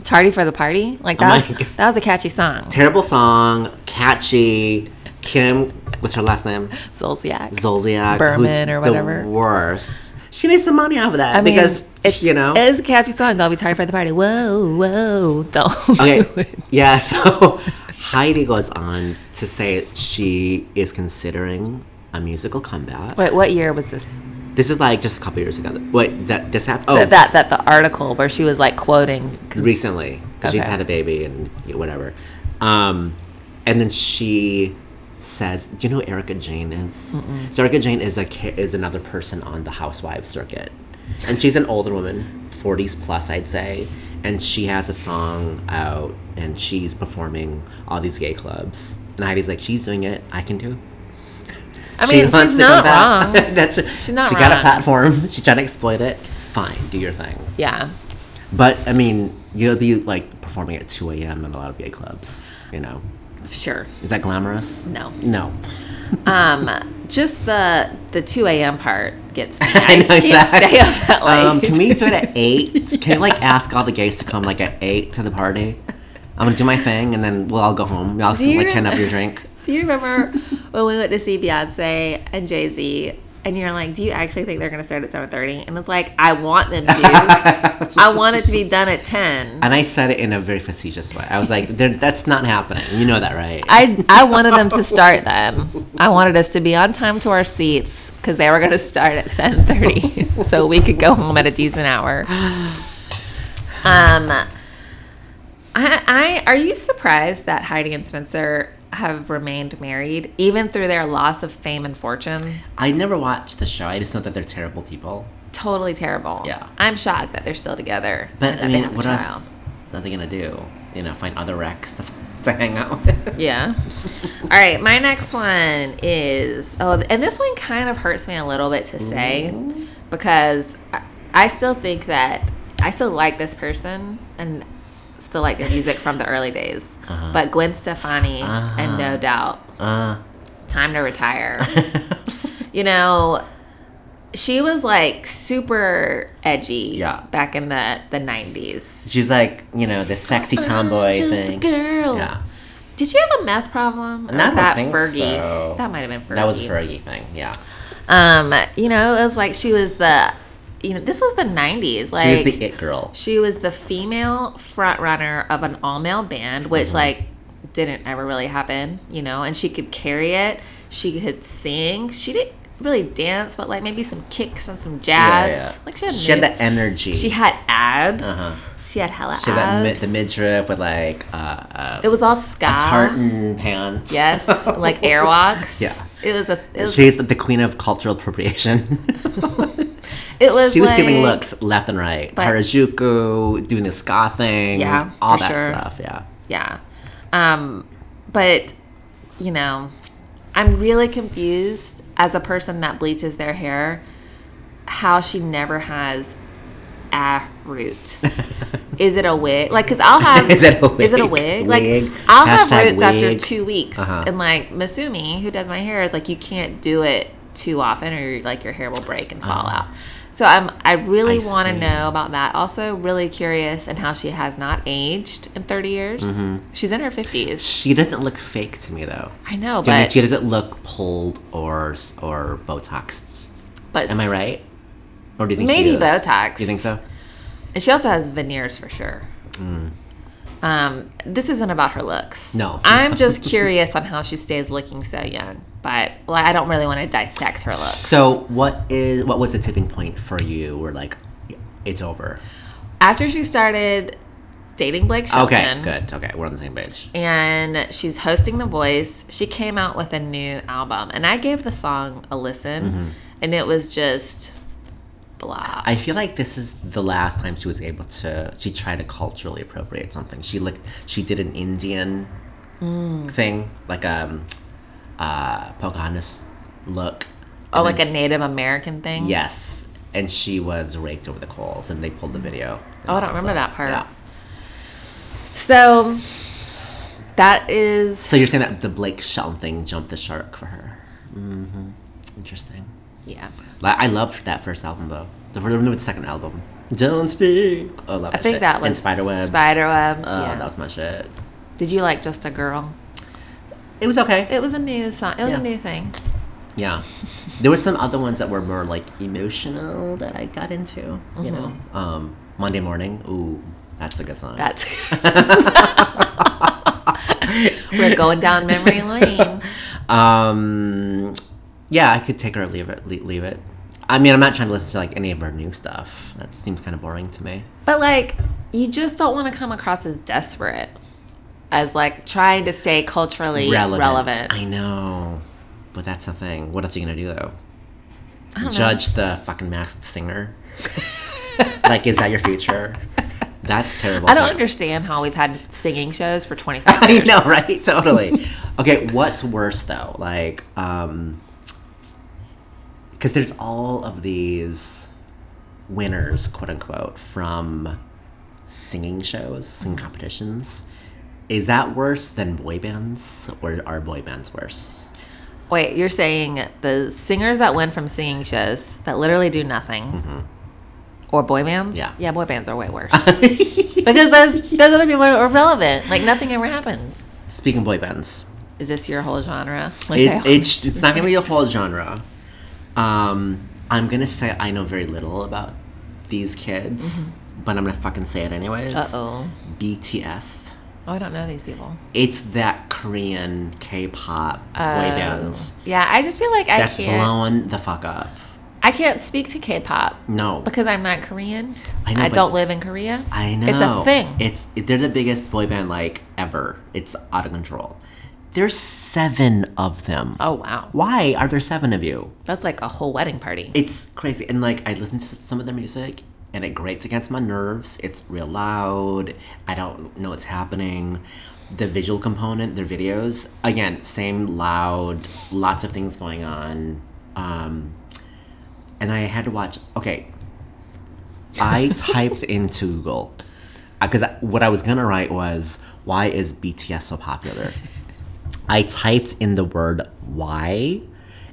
Speaker 1: tardy for the party. Like
Speaker 2: I'm
Speaker 1: that.
Speaker 2: like-
Speaker 1: that was a catchy song.
Speaker 2: Terrible song, catchy. Kim, what's her last name?
Speaker 1: Zolciak.
Speaker 2: Zolciak.
Speaker 1: Berman or whatever.
Speaker 2: The worst. She made some money off of that
Speaker 1: I mean,
Speaker 2: because
Speaker 1: it's
Speaker 2: you know.
Speaker 1: it is a catchy song. Don't be tardy for the party. Whoa, whoa, don't do
Speaker 2: Okay.
Speaker 1: it.
Speaker 2: Yeah, so Heidi goes on to say she is considering a musical comeback.
Speaker 1: Wait, what year was this?
Speaker 2: This is like just a couple years ago. Wait, that this happened? Oh,
Speaker 1: That that, that the article where she was like quoting.
Speaker 2: recently because she's
Speaker 1: Mm-hmm. Okay.
Speaker 2: had a baby and you know, whatever. Um, and then she says, "Do you know who Erica Jane is? So Erica Jane is a ca- is another person on the Housewives circuit, and she's an older woman, forties plus, I'd say. And she has a song out, and she's performing all these gay clubs. And Heidi's like, she's doing it. I can too.
Speaker 1: I
Speaker 2: She
Speaker 1: mean,
Speaker 2: wants
Speaker 1: she's
Speaker 2: to come
Speaker 1: not
Speaker 2: back.
Speaker 1: wrong.
Speaker 2: That's
Speaker 1: She's not
Speaker 2: She got a
Speaker 1: wrong.
Speaker 2: platform. She's trying to exploit it. Fine, do your thing.
Speaker 1: Yeah.
Speaker 2: But I mean, you'll be like performing at 2 a.m. in a lot of gay clubs. You know,
Speaker 1: Sure.
Speaker 2: is that glamorous?
Speaker 1: No.
Speaker 2: No.
Speaker 1: Um, just the the two a.m. part gets me.
Speaker 2: I
Speaker 1: I,
Speaker 2: know,
Speaker 1: can't
Speaker 2: exactly.
Speaker 1: stay up that late.
Speaker 2: Um, can we do it at eight? Can we like ask all the gays to come like at eight to the party? I'm gonna do my thing and then we'll all go home. Y'all
Speaker 1: you
Speaker 2: like can
Speaker 1: rem-
Speaker 2: up your drink.
Speaker 1: Do you remember when we went to see Beyonce and Jay Z? And you're like, do you actually think they're gonna start at seven thirty? And it's like, I want them to. I want it to be done at ten.
Speaker 2: and I said it in a very facetious way. I was like, "There- "That's not happening." You know that, right?
Speaker 1: I I wanted them to start then. I wanted us to be on time to our seats because they were gonna start at seven thirty, so we could go home at a decent hour. Um, I, I are you surprised that Heidi and Spencer have remained married even through their loss of fame and fortune?
Speaker 2: I never watched the show. I just know that they're terrible people.
Speaker 1: totally terrible.
Speaker 2: Yeah.
Speaker 1: I'm shocked that they're still together.
Speaker 2: But
Speaker 1: and
Speaker 2: I
Speaker 1: that
Speaker 2: mean, what
Speaker 1: child.
Speaker 2: else are they gonna do? You know, find other wrecks to, to hang out with.
Speaker 1: Yeah. All right, my next one is oh, and this one kind of hurts me a little bit to say because I, I still think that I still like this person and still like their music from the early days.
Speaker 2: Uh-huh.
Speaker 1: But Gwen Stefani and No Doubt,
Speaker 2: Uh,
Speaker 1: time to retire. you know, she was like super edgy
Speaker 2: Yeah.
Speaker 1: back in the the 90s.
Speaker 2: She's like, you know, the sexy tomboy
Speaker 1: I'm Uh, just
Speaker 2: thing.
Speaker 1: a girl.
Speaker 2: Yeah.
Speaker 1: Did she have a meth problem? Or
Speaker 2: I don't
Speaker 1: was that
Speaker 2: think
Speaker 1: Fergie.
Speaker 2: so.
Speaker 1: That might have been Fergie.
Speaker 2: That was a Fergie thing, yeah.
Speaker 1: Um, you know, it was like she was the, you know, this was the '90s. Like
Speaker 2: She was the it girl.
Speaker 1: she was the female front runner of an all male band, which
Speaker 2: Mm-hmm.
Speaker 1: like didn't ever really happen, you know, and she could carry it. She could sing. She didn't really dance, but like maybe some kicks and some
Speaker 2: Yeah,
Speaker 1: jabs.
Speaker 2: yeah.
Speaker 1: Like she had
Speaker 2: she had
Speaker 1: moves.
Speaker 2: that energy.
Speaker 1: she had abs.
Speaker 2: Uh-huh.
Speaker 1: She had hella
Speaker 2: She had that
Speaker 1: abs.
Speaker 2: mid- the midriff with like uh, uh,
Speaker 1: it was all ska.
Speaker 2: tartan pants.
Speaker 1: Ah. Yes, like airwalks.
Speaker 2: Yeah.
Speaker 1: it was a. It was.
Speaker 2: She's the, the queen of cultural appropriation.
Speaker 1: it was
Speaker 2: she was stealing
Speaker 1: like-
Speaker 2: looks left and right.
Speaker 1: But-
Speaker 2: Harajuku, doing the ska thing,
Speaker 1: Yeah,
Speaker 2: all
Speaker 1: for
Speaker 2: that
Speaker 1: sure.
Speaker 2: stuff. Yeah,
Speaker 1: Yeah, um, but you know, I'm really confused as a person that bleaches their hair, how she never has a root. Is it a wig? Like, cause I'll have.
Speaker 2: Is it a
Speaker 1: Is it a
Speaker 2: wig?
Speaker 1: wig? Like,
Speaker 2: Wig.
Speaker 1: I'll have
Speaker 2: Hashtag
Speaker 1: roots after
Speaker 2: wig. Uh-huh.
Speaker 1: two weeks, and like Masumi, who does my hair, is like, you can't do it too often, or like your hair will break and fall out. So I'm. I really
Speaker 2: Uh-huh. I
Speaker 1: want to
Speaker 2: see.
Speaker 1: know about that. Also, really curious and how she has not aged in 30 years.
Speaker 2: Mm-hmm.
Speaker 1: She's in her 50s.
Speaker 2: she doesn't look fake to me though.
Speaker 1: I know,
Speaker 2: Do you know what I mean?
Speaker 1: but
Speaker 2: she doesn't look pulled or s- or botoxed.
Speaker 1: but
Speaker 2: Am I right? Or do you think
Speaker 1: Maybe
Speaker 2: she is?
Speaker 1: Botox.
Speaker 2: You think so?
Speaker 1: And she also has veneers for sure. Um, this isn't about her looks.
Speaker 2: Mm. No.
Speaker 1: I'm just curious on how she stays looking so young, but like, I don't really want to dissect her look.
Speaker 2: So what is what was the tipping point for you? Where like it's over.
Speaker 1: After she started dating Blake Shelton,
Speaker 2: Okay, good. Okay, we're on the same page.
Speaker 1: and she's hosting The Voice. She came out with a new album, and I gave the song a listen, and it was just blah.
Speaker 2: Mm-hmm. I feel like this is the last time she was able to. She tried to culturally appropriate something. She like she did an Indian
Speaker 1: Mm.
Speaker 2: thing, like um, uh, Pocahontas look.
Speaker 1: Oh, like a Native American thing?
Speaker 2: Yes,
Speaker 1: Mm.
Speaker 2: and she was raked over the coals, and they pulled the video.
Speaker 1: Oh, I don't remember that part.
Speaker 2: Yeah.
Speaker 1: So that is
Speaker 2: So you're saying that the Blake Shelton thing jumped the shark for her. hmm Interesting.
Speaker 1: yeah.
Speaker 2: Like, I loved that first album though. The, the second album. Don't speak. Oh, love
Speaker 1: I think
Speaker 2: shit.
Speaker 1: that was
Speaker 2: and Spiderwebs.
Speaker 1: Spiderweb.
Speaker 2: Oh,
Speaker 1: yeah.
Speaker 2: that was my shit.
Speaker 1: Did you like Just a Girl?
Speaker 2: It was okay.
Speaker 1: It was a new song. It was
Speaker 2: Yeah.
Speaker 1: a new thing.
Speaker 2: Yeah. There were some other ones that were more like emotional that I got into, you
Speaker 1: Mm-hmm.
Speaker 2: know. Um Monday morning. Ooh, that's a good song.
Speaker 1: That's we're going down memory lane.
Speaker 2: um yeah, I could take her or leave it le- leave it. I mean, I'm not trying to listen to like any of her new stuff. That seems kind of boring to me.
Speaker 1: But like, you just don't want to come across as desperate, as like trying to stay culturally relevant.
Speaker 2: I know. But that's the thing. What else are you going to do though?
Speaker 1: don't know.
Speaker 2: Judge the fucking masked singer? like is that your future? That's terrible.
Speaker 1: I don't
Speaker 2: too.
Speaker 1: understand how we've had singing shows for 25
Speaker 2: I
Speaker 1: years.
Speaker 2: know, right? Totally. okay, what's worse though? Like, um, because there's all of these winners, quote unquote, from singing shows, singing competitions. Is that worse than boy bands, or are boy bands worse?
Speaker 1: Wait, you're saying the singers that win from singing shows that literally do nothing, or boy bands?
Speaker 2: Mm-hmm. Yeah.
Speaker 1: yeah, boy bands are way worse because those those other people are irrelevant. Like nothing ever happens.
Speaker 2: Speaking of boy bands,
Speaker 1: Is this your whole genre? Like
Speaker 2: it,
Speaker 1: I-
Speaker 2: it's it's not gonna be a whole genre. Um, I'm gonna say I know very little about these kids, but I'm gonna fucking say it anyways.
Speaker 1: Mm-hmm. Uh-oh.
Speaker 2: BTS.
Speaker 1: oh, I don't know these people.
Speaker 2: It's that Korean K-pop boy band
Speaker 1: Yeah, I just feel like Oh. I
Speaker 2: that's
Speaker 1: can't.
Speaker 2: blowing the fuck up.
Speaker 1: I can't speak to K-pop
Speaker 2: No,
Speaker 1: because I'm not Korean.
Speaker 2: I know,
Speaker 1: I
Speaker 2: but-
Speaker 1: don't live in Korea.
Speaker 2: I know
Speaker 1: It's a thing.
Speaker 2: It's they're the biggest boy band like ever. It's out of control. There's seven of them.
Speaker 1: oh wow,
Speaker 2: Why are there seven of you?
Speaker 1: that's like a whole wedding party.
Speaker 2: It's crazy. And like I listen to some of their music and it grates against my nerves. It's real loud. I don't know what's happening. The visual component, their videos, again, same loud, lots of things going on. Um and I had to watch okay. I typed into Google because what I was gonna write was why is BTS so popular? I typed in the word why,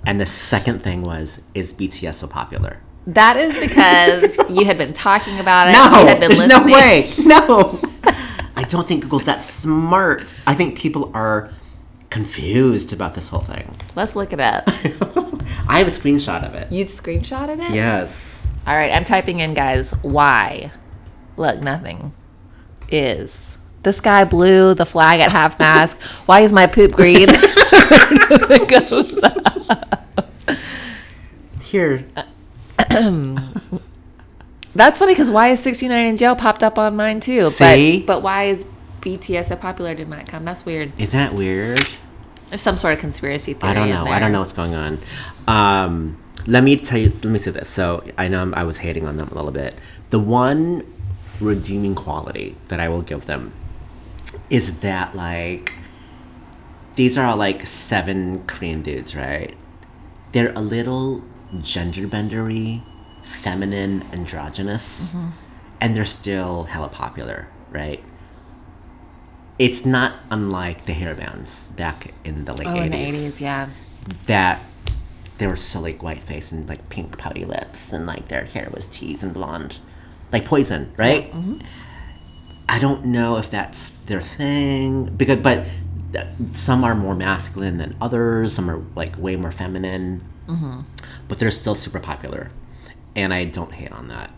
Speaker 2: and the second thing was, is BTS so popular?
Speaker 1: that is because you had been talking about it.
Speaker 2: No,
Speaker 1: you had been
Speaker 2: there's
Speaker 1: listening.
Speaker 2: no way. No. I don't think Google's that smart. I think people are confused about this whole thing.
Speaker 1: Let's look it up.
Speaker 2: I have a screenshot of it.
Speaker 1: You screenshotted it?
Speaker 2: Yes.
Speaker 1: All right, I'm typing in, guys. Why? Look, nothing is. The sky blue, the flag at half mast. Why is my poop green? It goes up.
Speaker 2: Here.
Speaker 1: Uh, That's funny because why is 69 in jail popped up on mine too?
Speaker 2: See?
Speaker 1: But, but why is BTS so popular did not come? That's weird.
Speaker 2: Isn't that weird?
Speaker 1: There's some sort of conspiracy theory.
Speaker 2: I don't
Speaker 1: in
Speaker 2: know. I
Speaker 1: there.
Speaker 2: don't know what's going on. Um, let me tell you. Let me say this. So I know I'm, I was hating on them a little bit. The one redeeming quality that I will give them is that like these are all like seven Korean dudes, right? They're a little gender bendery, feminine, androgynous,
Speaker 1: Mm-hmm.
Speaker 2: and they're still hella popular, right? It's not unlike the hair bands back in the late
Speaker 1: Oh, in the 80s, yeah.
Speaker 2: that they were so like white faced and like pink pouty lips and like their hair was teased and blonde like poison right i don't know if that's their thing because but th- some are more masculine than others some are like way more feminine but they're still super popular and i don't hate on that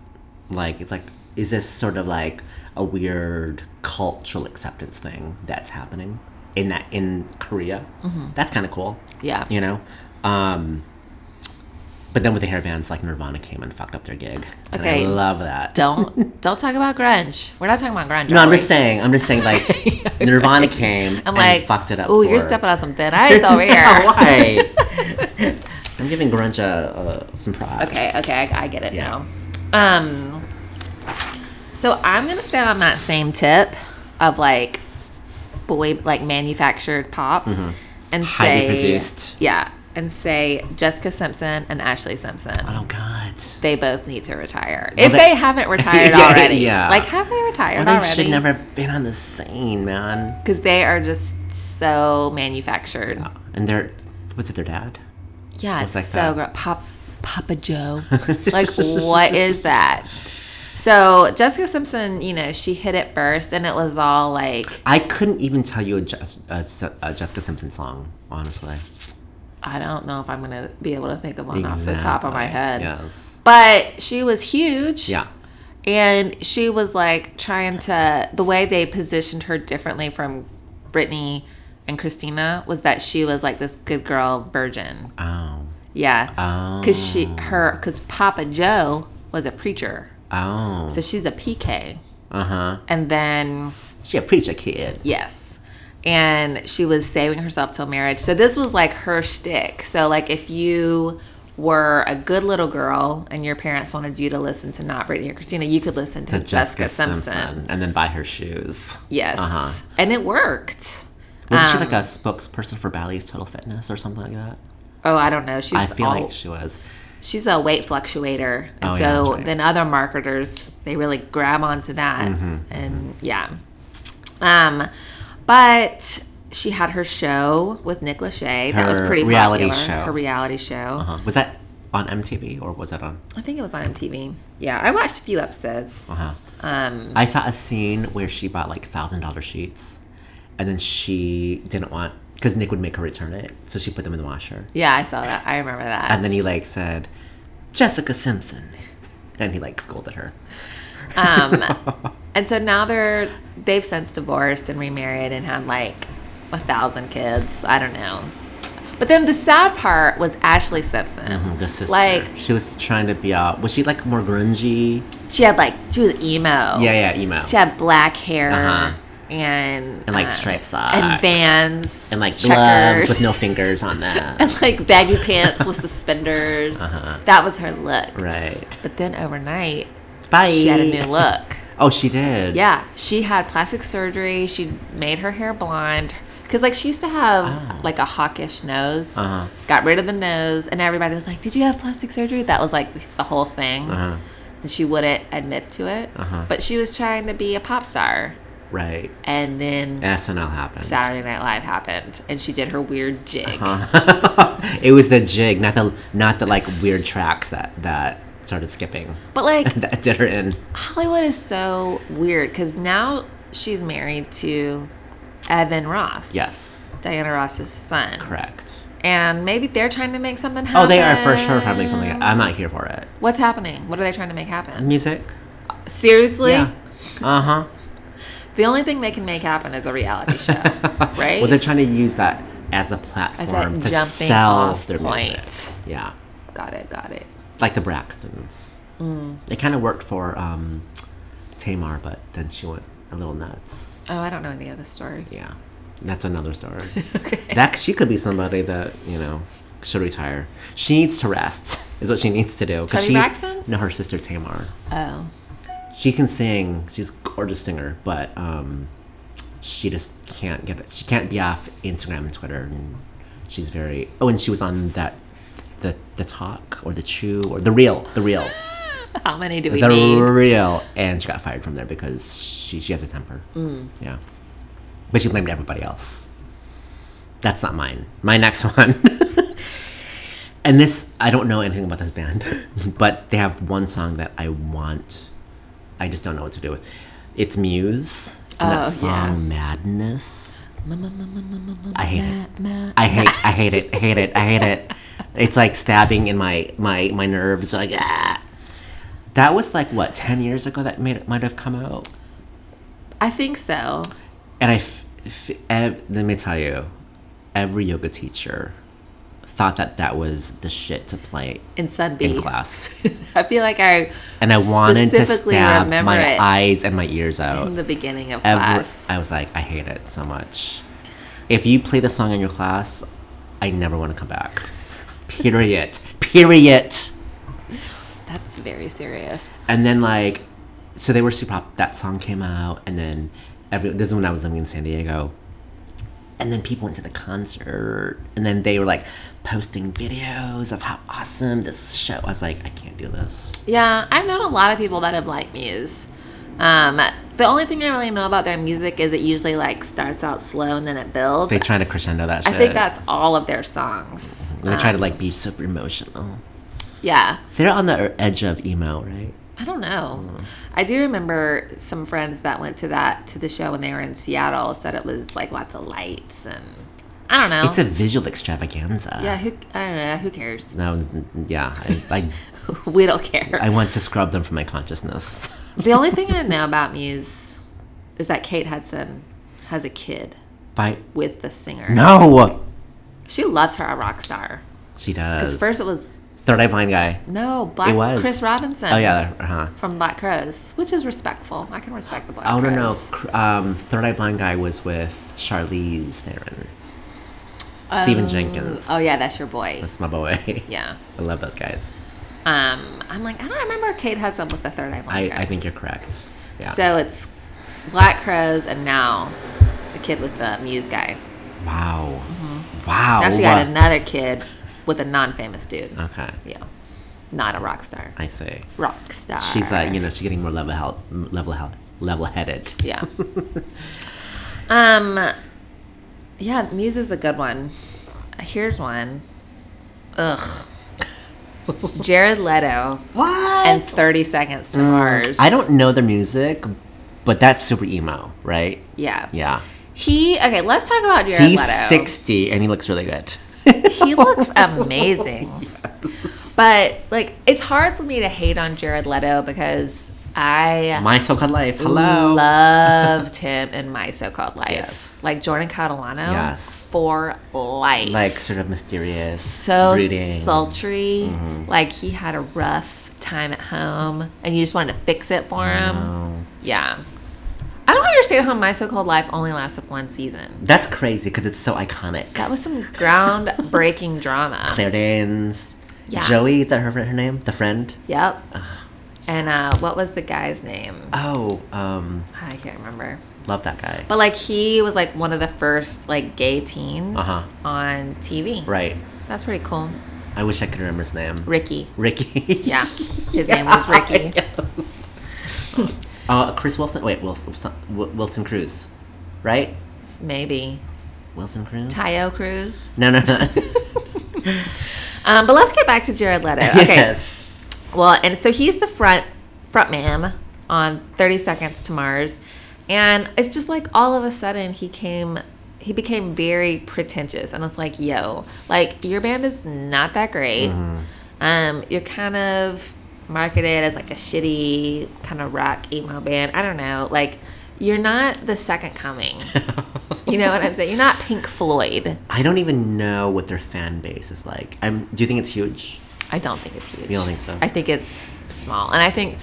Speaker 2: like it's like is this sort of like a weird cultural acceptance thing that's happening in that in korea that's kind of cool
Speaker 1: Yeah.
Speaker 2: you know um but then with the hair bands like nirvana came and fucked up their gig And
Speaker 1: Okay.
Speaker 2: i love that
Speaker 1: Don't don't talk about grunge. We're not talking about grunge.
Speaker 2: no
Speaker 1: are
Speaker 2: i'm
Speaker 1: we?
Speaker 2: just saying i'm just saying like nirvana came
Speaker 1: I'm
Speaker 2: and
Speaker 1: like,
Speaker 2: fucked it up
Speaker 1: Oh, you're
Speaker 2: for-
Speaker 1: stepping on some thin ice over here.
Speaker 2: No, why i'm giving grunge a, a, some props
Speaker 1: Okay, okay, I, I get it
Speaker 2: Yeah.
Speaker 1: now. Um, so I'm gonna stay on that same tip of like boy, like manufactured pop, and
Speaker 2: Mm-hmm. Highly
Speaker 1: say-
Speaker 2: produced.
Speaker 1: Yeah, and say Jessica Simpson and Ashley Simpson.
Speaker 2: Oh God.
Speaker 1: They both need to retire. If
Speaker 2: they-
Speaker 1: they, haven't retired
Speaker 2: Yeah,
Speaker 1: already.
Speaker 2: yeah.
Speaker 1: Like, have they
Speaker 2: Or
Speaker 1: retired
Speaker 2: they
Speaker 1: already?
Speaker 2: should never have been on the scene, man.
Speaker 1: Because they are just so manufactured.
Speaker 2: And their was it their dad?
Speaker 1: Yeah, it's
Speaker 2: like
Speaker 1: so
Speaker 2: that?
Speaker 1: gro- Pop, Papa Joe. like, what is that? So Jessica Simpson, you know, she hit it first, and it was all like,
Speaker 2: I couldn't even tell you a, Jes- a, Se- a Jessica Simpson song, honestly.
Speaker 1: I don't know if I'm gonna be able to think of one off the top of my
Speaker 2: Exactly.
Speaker 1: head.
Speaker 2: Yes.
Speaker 1: But she was huge.
Speaker 2: Yeah.
Speaker 1: And she was like trying to the way they positioned her differently from Brittany and Christina was that she was like this good girl virgin.
Speaker 2: Oh.
Speaker 1: Yeah.
Speaker 2: Oh.
Speaker 1: Cuz she her cuz Papa Joe was a preacher.
Speaker 2: Oh.
Speaker 1: So she's a PK.
Speaker 2: uh huh.
Speaker 1: And then
Speaker 2: She a preacher kid.
Speaker 1: yes. And she was saving herself till marriage. So this was like her shtick. So like if you were a good little girl and your parents wanted you to listen to not Brittany or Christina, you could listen to,
Speaker 2: The
Speaker 1: Jessica, Simpson.
Speaker 2: And then buy her shoes.
Speaker 1: Yes.
Speaker 2: Uh-huh.
Speaker 1: And it worked.
Speaker 2: Was she
Speaker 1: Um,
Speaker 2: like a spokesperson for Bally's Total Fitness or something like that?
Speaker 1: Oh, I don't know. She's
Speaker 2: I feel
Speaker 1: all-
Speaker 2: like she was.
Speaker 1: she's a weight fluctuator. And
Speaker 2: Oh, yeah, that's
Speaker 1: so
Speaker 2: right.
Speaker 1: then other marketers, they really grab onto that.
Speaker 2: Mm-hmm.
Speaker 1: And yeah. Um but she had her show with Nick Lachey. that was
Speaker 2: Her
Speaker 1: pretty
Speaker 2: reality
Speaker 1: popular.
Speaker 2: show.
Speaker 1: Her reality show.
Speaker 2: Uh, was that on MTV or was that on?
Speaker 1: I think it was on MTV. Yeah, I watched a few episodes.
Speaker 2: Uh-huh.
Speaker 1: Um
Speaker 2: I saw a scene where she bought like thousand dollar sheets, and then she didn't want because Nick would make her return it, so she put them in the washer.
Speaker 1: yeah, I saw that. I remember that.
Speaker 2: And then he like said, "Jessica Simpson," and he like scolded her.
Speaker 1: Um, and so now they're they've since divorced and remarried and had like a thousand kids. I don't know. But then the sad part was Ashley Simpson.
Speaker 2: The sister,
Speaker 1: Like
Speaker 2: she was trying to be a was she like more grungy?
Speaker 1: she had like she was emo.
Speaker 2: Yeah, yeah, emo.
Speaker 1: She had black hair
Speaker 2: Uh-huh.
Speaker 1: and
Speaker 2: And like
Speaker 1: uh,
Speaker 2: striped socks
Speaker 1: and Vans
Speaker 2: and like gloves
Speaker 1: checkers.
Speaker 2: with no fingers on them.
Speaker 1: like baggy pants with suspenders.
Speaker 2: Uh-huh.
Speaker 1: That was her look.
Speaker 2: right.
Speaker 1: But then overnight,
Speaker 2: Bye.
Speaker 1: she had a new look.
Speaker 2: Oh, she did.
Speaker 1: Yeah, she had plastic surgery. She made her hair blonde because like she used to have
Speaker 2: Ah.
Speaker 1: like a hawkish nose.
Speaker 2: Uh-huh.
Speaker 1: Got rid of the nose, and everybody was like, "Did you have plastic surgery?" That was like the whole thing,
Speaker 2: Uh-huh.
Speaker 1: and she wouldn't admit to it.
Speaker 2: Uh-huh.
Speaker 1: But she was trying to be a pop star,
Speaker 2: Right.
Speaker 1: and then
Speaker 2: SNL happened.
Speaker 1: Saturday Night Live happened, and she did her weird jig.
Speaker 2: Uh-huh. Huh. it was the jig, not the not the like weird tracks that that started skipping
Speaker 1: But like
Speaker 2: that did her in.
Speaker 1: Hollywood is so weird because now she's married to Evan Ross.
Speaker 2: Yes,
Speaker 1: Diana Ross's son.
Speaker 2: correct.
Speaker 1: and maybe they're trying to make something happen.
Speaker 2: Oh, they are for sure trying to make something. I'm not here for it.
Speaker 1: What's happening? What are they trying to make happen?
Speaker 2: Music.
Speaker 1: Seriously,
Speaker 2: Yeah. Uh huh.
Speaker 1: the only thing they can make happen is a reality show, right?
Speaker 2: Well, they're trying to use that as a platform to
Speaker 1: jumping
Speaker 2: sell
Speaker 1: off
Speaker 2: their music.
Speaker 1: point.
Speaker 2: Yeah,
Speaker 1: got it, got it.
Speaker 2: like the Braxtons.
Speaker 1: Mm.
Speaker 2: It kind of worked for um, Tamar, but then she went a little nuts.
Speaker 1: Oh, I don't know any other story.
Speaker 2: Yeah, that's another story.
Speaker 1: Okay.
Speaker 2: That she could be somebody that you know should retire. She needs to rest. Is what she needs to do. 'cause
Speaker 1: Toni
Speaker 2: she,
Speaker 1: Braxton?
Speaker 2: No, her sister Tamar.
Speaker 1: Oh,
Speaker 2: She can sing. She's a gorgeous singer, but um, she just can't get it. She can't be off Instagram and Twitter, and she's very. Oh, and she was on that the the talk or the chew or the real the real
Speaker 1: how many do we
Speaker 2: the
Speaker 1: need?
Speaker 2: real, and she got fired from there because she she has a temper.
Speaker 1: Mm.
Speaker 2: Yeah, but she blamed everybody else. That's not mine. My next one. and this, I don't know anything about this band, but they have one song that I want. I just don't know what to do with. It's Muse. And
Speaker 1: Oh,
Speaker 2: that
Speaker 1: yeah.
Speaker 2: song Madness.
Speaker 1: I
Speaker 2: hate it. I hate I hate it. I hate it. I hate it. It's like stabbing in my my my nerves. Like ah. That was like what ten years ago that made it might have come out,
Speaker 1: I think so.
Speaker 2: and I f- f- ev- let me tell you, every yoga teacher thought that that was the shit to play
Speaker 1: In Sun
Speaker 2: in
Speaker 1: Beach.
Speaker 2: class,
Speaker 1: I feel like I
Speaker 2: and I wanted to
Speaker 1: Specifically
Speaker 2: stab
Speaker 1: remember
Speaker 2: my
Speaker 1: it.
Speaker 2: eyes and my ears out.
Speaker 1: in the beginning of
Speaker 2: ever
Speaker 1: class.
Speaker 2: I was like, I hate it so much. If you play the song in your class, I never want to come back. Period. Period.
Speaker 1: That's very serious.
Speaker 2: And then like, so they were super. That song came out, and then every this is when I was living in San Diego. And then people went to the concert, and then they were like posting videos of how awesome this show. I was like, I can't do this.
Speaker 1: Yeah, I've known a lot of people that have liked Muse. Um, the only thing I really know about their music is it usually like starts out slow and then it builds.
Speaker 2: They try to crescendo that.
Speaker 1: I
Speaker 2: Shit.
Speaker 1: think um, that's all of their songs.
Speaker 2: They try to like be super emotional.
Speaker 1: Yeah,
Speaker 2: They're on the er- edge of emo, right?
Speaker 1: I don't know.
Speaker 2: Mm.
Speaker 1: I do remember some friends that went to that to the show when they were in Seattle said it was like lots of lights and I don't know.
Speaker 2: It's a visual extravaganza.
Speaker 1: yeah, who I don't know. Who cares?
Speaker 2: No, n- yeah. I, I,
Speaker 1: we don't care.
Speaker 2: I want to scrub them from my consciousness.
Speaker 1: the only thing I know about Muse is that Kate Hudson has a kid
Speaker 2: By
Speaker 1: with the singer.
Speaker 2: no,
Speaker 1: She loves her a rock star.
Speaker 2: she does.
Speaker 1: First it was
Speaker 2: Third Eye Blind guy.
Speaker 1: no Black
Speaker 2: It was.
Speaker 1: Chris Robinson.
Speaker 2: Oh yeah, uh huh.
Speaker 1: From Black Crows, which is respectful. I can respect the Black
Speaker 2: Oh no
Speaker 1: Crows.
Speaker 2: no. Cr- Um, Third Eye Blind guy was with Charlize Theron, Stephen Jenkins.
Speaker 1: Oh yeah, that's your boy.
Speaker 2: that's my boy.
Speaker 1: yeah.
Speaker 2: I love those guys.
Speaker 1: Um, I'm like, I don't remember Kate Hudson with the third eye
Speaker 2: I,
Speaker 1: blind. guy.
Speaker 2: I think you're correct. Yeah.
Speaker 1: So it's Black Crows and now the kid with the Muse guy.
Speaker 2: wow. Wow.
Speaker 1: mm-hmm. Now she got another kid with a non-famous dude.
Speaker 2: okay.
Speaker 1: Yeah, not a rock star.
Speaker 2: Uh. I see.
Speaker 1: Rock star.
Speaker 2: She's like, you know, she's getting more level health, level health, level headed.
Speaker 1: yeah. um, yeah, Muse is a good one. Here's one. Ugh. Jared Leto
Speaker 2: What?
Speaker 1: and 30 Seconds to Mars.
Speaker 2: Oh. I don't know the music, but that's super emo, right?
Speaker 1: Yeah.
Speaker 2: Yeah.
Speaker 1: He okay. Let's talk about Jared
Speaker 2: He's
Speaker 1: Leto.
Speaker 2: 60 and he looks really good.
Speaker 1: He looks amazing. But like, it's hard for me to hate on Jared Leto because I
Speaker 2: My so called life. Hello.
Speaker 1: loved him in my so-called life.
Speaker 2: Yes.
Speaker 1: Like Jordan Catalano
Speaker 2: Yes.
Speaker 1: for life.
Speaker 2: like, sort of mysterious.
Speaker 1: so
Speaker 2: brooding.
Speaker 1: sultry.
Speaker 2: Mm-hmm.
Speaker 1: Like he had a rough time at home, and you just wanted to fix it for him.
Speaker 2: Oh.
Speaker 1: Yeah. I don't understand how my so-called life only lasted one season.
Speaker 2: That's crazy because it's so iconic.
Speaker 1: That was some groundbreaking drama.
Speaker 2: Claire Danes.
Speaker 1: Yeah.
Speaker 2: Joey, is that her, her name? The friend?
Speaker 1: Yep. And uh, what was the guy's name?
Speaker 2: Oh, um,
Speaker 1: I can't remember.
Speaker 2: love that guy.
Speaker 1: But like he was like one of the first like gay teens
Speaker 2: Uh-huh.
Speaker 1: on TV.
Speaker 2: Right.
Speaker 1: That's pretty cool.
Speaker 2: I wish I could remember his name.
Speaker 1: Ricky.
Speaker 2: Ricky.
Speaker 1: Yeah. His name was Ricky.
Speaker 2: Uh, Chris Wilson. Wait, Wilson, Wilson, Wilson Cruz, right?
Speaker 1: Maybe.
Speaker 2: Wilson Cruz.
Speaker 1: Tayo Cruz.
Speaker 2: No, no, no.
Speaker 1: Um, but let's get back to Jared Leto. Okay.
Speaker 2: yes.
Speaker 1: Well, and so he's the front front man on 30 Seconds to Mars. And it's just like all of a sudden he came he became very pretentious and it's like, yo, like your band is not that great. Um, you're kind of marketed as like a shitty kind of rock emo band. I don't know. Like you're not the second coming. you know what I'm saying? You're not Pink Floyd.
Speaker 2: I don't even know what their fan base is like. I'm. Do you think it's huge?
Speaker 1: I don't think it's huge.
Speaker 2: You don't think so?
Speaker 1: I think it's small, and I think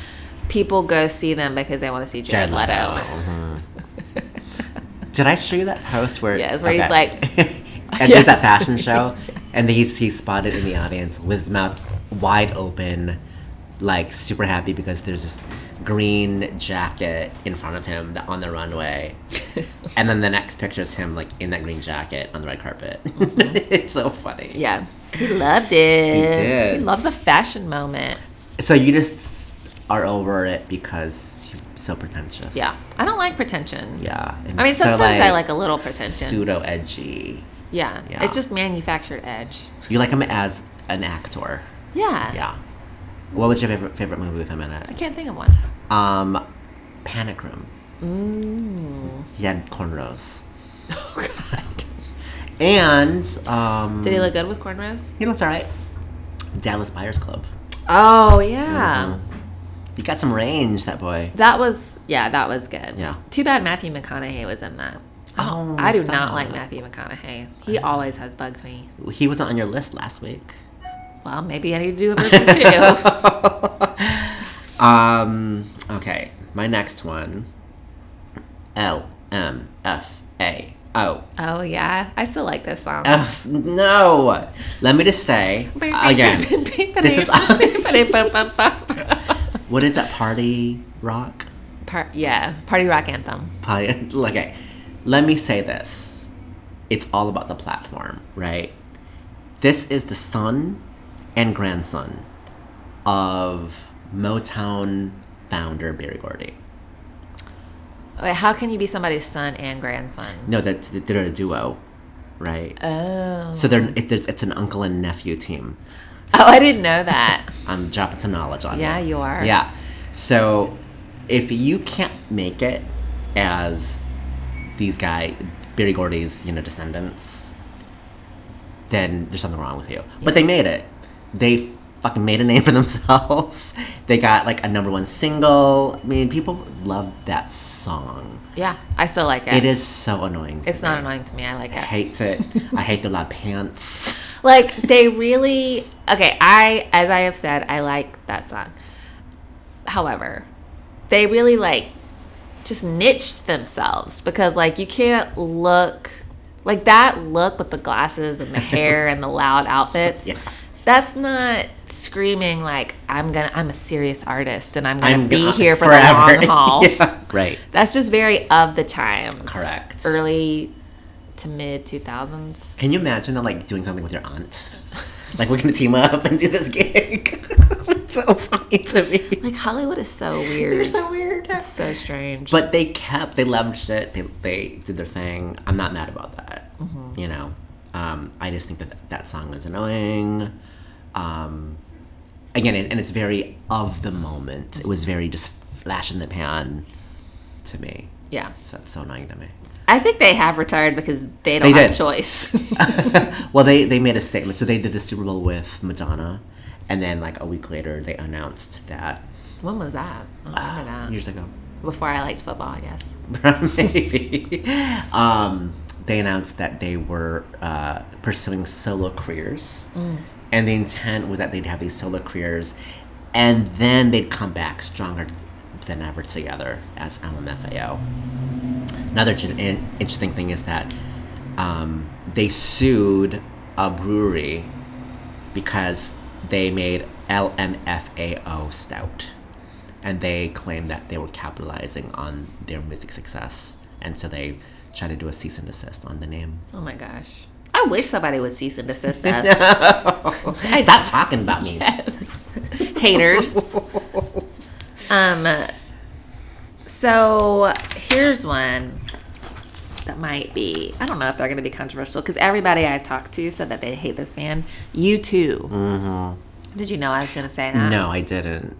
Speaker 1: people go see them because they want to see Jared, Leto.
Speaker 2: Mhm. Did I show you that post where?
Speaker 1: Yes, where he's like-
Speaker 2: and there's that
Speaker 1: Yes.
Speaker 2: fashion show, and he's he's spotted in the audience with his mouth wide open, like super happy because there's this green jacket in front of him that on the runway, and then the next picture is him like in that green jacket on the red carpet.
Speaker 1: Uh-huh.
Speaker 2: it's so funny.
Speaker 1: Yeah, he loved it. He
Speaker 2: did.
Speaker 1: loves a fashion moment.
Speaker 2: So you just are over it because you're so pretentious.
Speaker 1: Yeah, I don't like pretension.
Speaker 2: Yeah. and
Speaker 1: I mean,
Speaker 2: so,
Speaker 1: sometimes I like a little pretension.
Speaker 2: Pseudo edgy.
Speaker 1: yeah.
Speaker 2: Yeah.
Speaker 1: it's just manufactured edge.
Speaker 2: You like him as an actor.
Speaker 1: Yeah,
Speaker 2: Yeah. What was your favorite favorite movie with him in
Speaker 1: I
Speaker 2: it?
Speaker 1: can't think of one.
Speaker 2: Um, Panic Room. Mm. He had cornrows.
Speaker 1: Oh God,
Speaker 2: And um,
Speaker 1: did he look good with cornrows?
Speaker 2: he looks alright. Dallas Buyers Club.
Speaker 1: Oh yeah,
Speaker 2: He got some range, that boy.
Speaker 1: that was yeah, that was good.
Speaker 2: Yeah.
Speaker 1: too bad Matthew McConaughey was in that.
Speaker 2: Oh,
Speaker 1: I do
Speaker 2: stop.
Speaker 1: not like Matthew McConaughey. He always has bugged me.
Speaker 2: He wasn't on your list last week.
Speaker 1: Well, maybe I need to do a version two.
Speaker 2: Um. Okay. My next one. L M F A O.
Speaker 1: oh yeah, I still like this song.
Speaker 2: F- No. Let me just say again.
Speaker 1: this
Speaker 2: is-
Speaker 1: part,
Speaker 2: What is that party rock?
Speaker 1: yeah, party rock anthem.
Speaker 2: Party. Okay. Let me say this. it's all about the platform, right? This is the son and grandson of Motown founder Barry Gordy.
Speaker 1: Wait, how can you be somebody's son and grandson?
Speaker 2: No, that's they're a duo, right?
Speaker 1: Oh.
Speaker 2: so they're it, there's, it's an uncle and nephew team.
Speaker 1: Oh, I didn't know that.
Speaker 2: I'm dropping some knowledge on
Speaker 1: Yeah,
Speaker 2: you.
Speaker 1: you are.
Speaker 2: Yeah. So if you can't make it as these guy Barry Gordy's, you know, descendants, then there's something wrong with you. But they made it. They fucking made a name for themselves. they got like a number one single. I mean, people love that song.
Speaker 1: Yeah, I still like it.
Speaker 2: It is so annoying. to
Speaker 1: It's not
Speaker 2: me.
Speaker 1: annoying to me. I like
Speaker 2: I
Speaker 1: it.
Speaker 2: hate it. I hate the loud pants.
Speaker 1: Like they really okay. I as I have said, I like that song. However, they really like just niched themselves because like you can't look like that look with the glasses and the hair and the loud outfits.
Speaker 2: Yeah.
Speaker 1: That's not screaming like I'm gonna. I'm a serious artist and I'm gonna
Speaker 2: I'm
Speaker 1: be
Speaker 2: gone
Speaker 1: here for
Speaker 2: forever.
Speaker 1: the long haul.
Speaker 2: Yeah. Right.
Speaker 1: That's just very of the times.
Speaker 2: Correct.
Speaker 1: Early to mid two thousands.
Speaker 2: Can you imagine them like doing something with your aunt? Like we're gonna team up and do this gig. it's so funny to me.
Speaker 1: Like Hollywood is so weird.
Speaker 2: They're so weird.
Speaker 1: so strange.
Speaker 2: But they kept, they leveraged it. They they did their thing. I'm not mad about that.
Speaker 1: Mm-hmm.
Speaker 2: You know, um, I just think that that song is annoying. Um, again, and, and it's very of the moment. It was very just flash in the pan to me.
Speaker 1: yeah,
Speaker 2: So it's so annoying to me.
Speaker 1: I think they have retired because they don't
Speaker 2: They
Speaker 1: have
Speaker 2: did.
Speaker 1: a choice.
Speaker 2: well, they they made a statement. So they did the Super Bowl with Madonna, and then like a week later, they announced that
Speaker 1: when was that? I don't remember that.
Speaker 2: years ago,
Speaker 1: Before I liked football, I guess.
Speaker 2: maybe. um, they announced that they were uh, pursuing solo careers, and the intent was that they'd have these solo careers, and then they'd come back stronger than ever together as LMFAO. Another ju- in- interesting thing is that um, they sued a brewery because they made LMFAO stout. And they claimed that they were capitalizing on their music success. And so they tried to do a cease and desist on the name.
Speaker 1: Oh my gosh. I wish somebody would cease and desist us.
Speaker 2: Stop talking about me.
Speaker 1: Haters. um so here's one that might be I don't know if they're gonna be controversial because everybody I talked to said that they hate this band. You too. Mm-hmm. Did you know I was gonna say that?
Speaker 2: No, I didn't.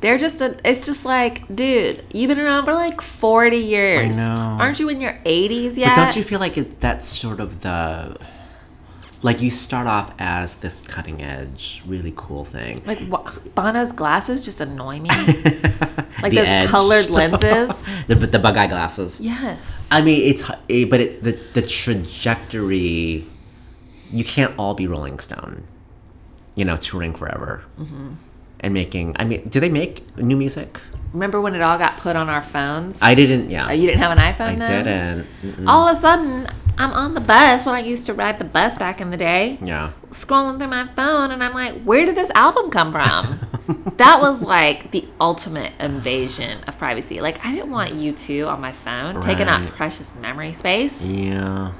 Speaker 1: They're just a, it's just like, dude, you've been around for like 40 years.
Speaker 2: know.
Speaker 1: Aren't you in your 80s yet?
Speaker 2: But don't you feel like it, that's sort of the. Like you start off as this cutting edge, really cool thing.
Speaker 1: like wha- Bono's glasses just annoy me. like
Speaker 2: The
Speaker 1: those
Speaker 2: edge.
Speaker 1: colored lenses.
Speaker 2: the, the bug eye glasses.
Speaker 1: yes.
Speaker 2: I mean, it's eh, but it's the the trajectory. You can't all be Rolling Stone, you know, touring forever
Speaker 1: Mm-hmm.
Speaker 2: and making. I mean, do they make new music?
Speaker 1: Remember when it all got put on our phones?
Speaker 2: I didn't. Yeah,
Speaker 1: Oh, you didn't have an iPhone
Speaker 2: I
Speaker 1: then?
Speaker 2: didn't. mm, Mm-mm.
Speaker 1: All of a sudden, I'm on the bus when I used to ride the bus back in the day,
Speaker 2: Yeah,
Speaker 1: scrolling through my phone, and I'm like, where did this album come from? that was like the ultimate invasion of privacy. Like, I didn't want you two on my phone, taking up
Speaker 2: Right.
Speaker 1: precious memory space.
Speaker 2: yeah.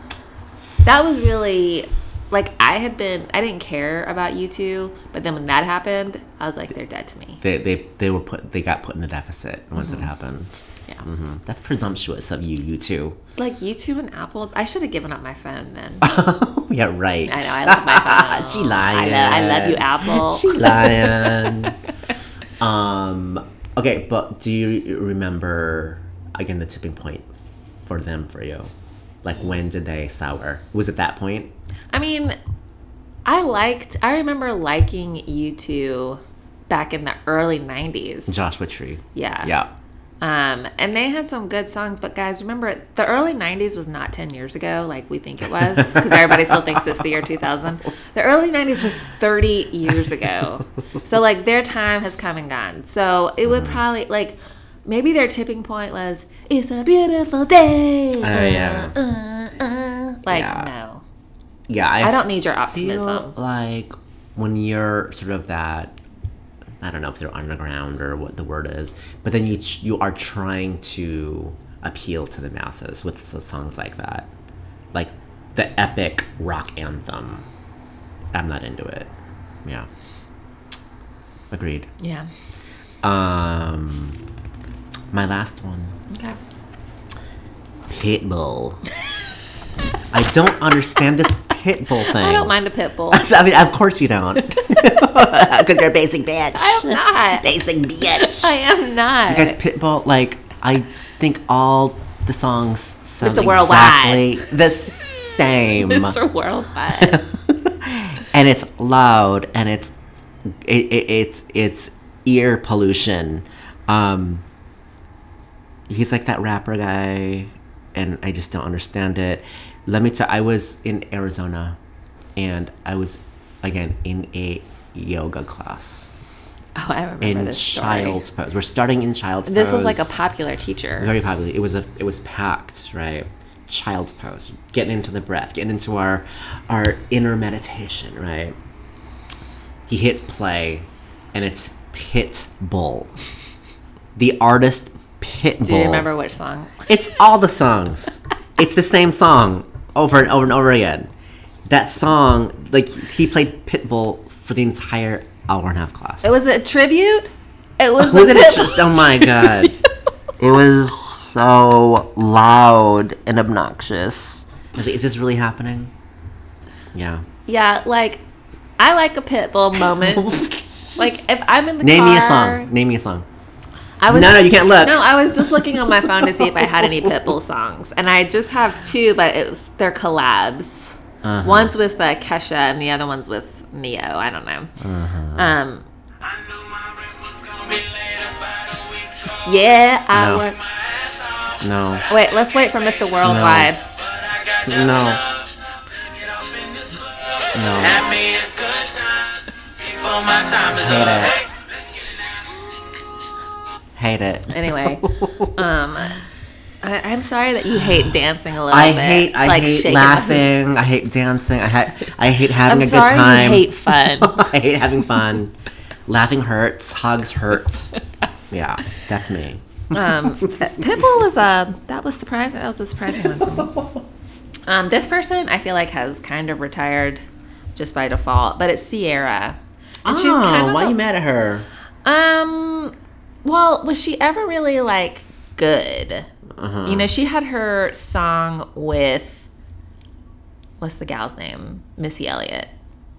Speaker 1: That was really. Like I had been, I didn't care about you two, but then when that happened, I was like, they're dead to me.
Speaker 2: They they they were put. They got put in the deficit once it happened.
Speaker 1: Mm-hmm. Yeah.
Speaker 2: hmm That's presumptuous of you, you two.
Speaker 1: Like you two and Apple, I should have given up my phone then.
Speaker 2: yeah, right.
Speaker 1: I know. I love my phone.
Speaker 2: she lying.
Speaker 1: I, lo- I love you, Apple.
Speaker 2: She lying. um. Okay, but do you remember again the tipping point for them for you? Like when did they sour? Was it that point?
Speaker 1: I mean, I liked. I remember liking you two back in the early '90s.
Speaker 2: Joshua Tree.
Speaker 1: Yeah.
Speaker 2: Yeah.
Speaker 1: Um, and they had some good songs, but guys, remember the early '90s was not 10 years ago, like we think it was, because everybody still thinks it's the year 2000. The early '90s was 30 years ago, so like their time has come and gone. So it
Speaker 2: Mm-hmm.
Speaker 1: would probably like maybe their tipping point was "It's a beautiful day." Oh
Speaker 2: yeah.
Speaker 1: Uh, uh. Like
Speaker 2: Yeah.
Speaker 1: no,
Speaker 2: Yeah. I,
Speaker 1: I don't need your optimism.
Speaker 2: feel like when you're sort of that. I don't know if they're underground or what the word is, but then you ch- you are trying to appeal to the masses with s- songs like that. Like the epic rock anthem. I'm not into it. Yeah. Agreed.
Speaker 1: Yeah.
Speaker 2: Um, my last one.
Speaker 1: Okay.
Speaker 2: Pitbull. I don't understand this pitbull thing.
Speaker 1: I don't mind a pit bull.
Speaker 2: So, I mean, of course you don't, because you're a basic bitch.
Speaker 1: I'm not.
Speaker 2: Basic bitch.
Speaker 1: I am not.
Speaker 2: Because Pitbull, like, I think all the songs sound
Speaker 1: Mr. Worldwide.
Speaker 2: exactly the same,
Speaker 1: Mr. Worldwide.
Speaker 2: and it's loud, and it's it, it, it's it's ear pollution. Um, he's like that rapper guy, and I just don't understand it. Let me tell. I was in Arizona, and I was again in a yoga class
Speaker 1: oh, I remember
Speaker 2: in
Speaker 1: this story.
Speaker 2: child's pose. We're starting in child's pose.
Speaker 1: This was like a popular teacher.
Speaker 2: very popular. It was a it was packed, right? Child's pose, getting into the breath, getting into our our inner meditation, right? He hits play, and it's Pitbull, the artist Pitbull.
Speaker 1: Do you remember which song?
Speaker 2: It's all the songs. it's the same song over and over and over again. That song, like he played Pitbull for the entire hour and a half class.
Speaker 1: It was a tribute. It was.
Speaker 2: Was
Speaker 1: a
Speaker 2: it a
Speaker 1: pit
Speaker 2: tr-
Speaker 1: bull.
Speaker 2: oh my god. It was so loud and obnoxious. I was like, is this really happening? Yeah.
Speaker 1: Yeah, like I like a pit bull moment. like if I'm in the
Speaker 2: Name
Speaker 1: car,
Speaker 2: me a song. Name me a song.
Speaker 1: I was
Speaker 2: No, no, you can't look.
Speaker 1: No, I was just looking on my phone to see if I had any Pitbull songs, and I just have two, but it was they're collabs.
Speaker 2: Uh-huh.
Speaker 1: One's with uh, Kesha, and the other one's with Neo. I don't know.
Speaker 2: Uh-huh.
Speaker 1: Um,
Speaker 3: I knew my rent was gonna be late about a week ago.
Speaker 1: yeah, I
Speaker 2: No.
Speaker 1: work.
Speaker 3: My ass off,
Speaker 2: No.
Speaker 1: Wait, let's wait for Mr. Worldwide.
Speaker 3: but I got just
Speaker 2: No.
Speaker 3: enough to get off in this club.
Speaker 2: No.
Speaker 3: Had me a good time before my time is
Speaker 2: Hate it.
Speaker 3: up. Hey, let's get it out.
Speaker 2: Hate it.
Speaker 1: Anyway, um, I, I'm sorry that you hate dancing a little
Speaker 2: I
Speaker 1: bit.
Speaker 2: hate I
Speaker 1: Like,
Speaker 2: hate
Speaker 1: shaking my-
Speaker 2: laughing. I hate dancing. I ha- I hate having
Speaker 1: I'm
Speaker 2: a good
Speaker 1: sorry you
Speaker 2: time.
Speaker 1: hate fun.
Speaker 2: I hate having fun. laughing hurts. Hugs hurt. Yeah. That's me.
Speaker 1: Um, Pitbull was a that was surprising. That was a surprising one. For me. Um, this person I feel like has kind of retired just by default, but it's Sierra. And she's
Speaker 2: oh,
Speaker 1: kind of
Speaker 2: why
Speaker 1: a-
Speaker 2: you mad at her?
Speaker 1: Um, well, was she ever really like good? You
Speaker 2: Uh-huh.
Speaker 1: know, she had her song with what's the gal's name? Missy Elliott.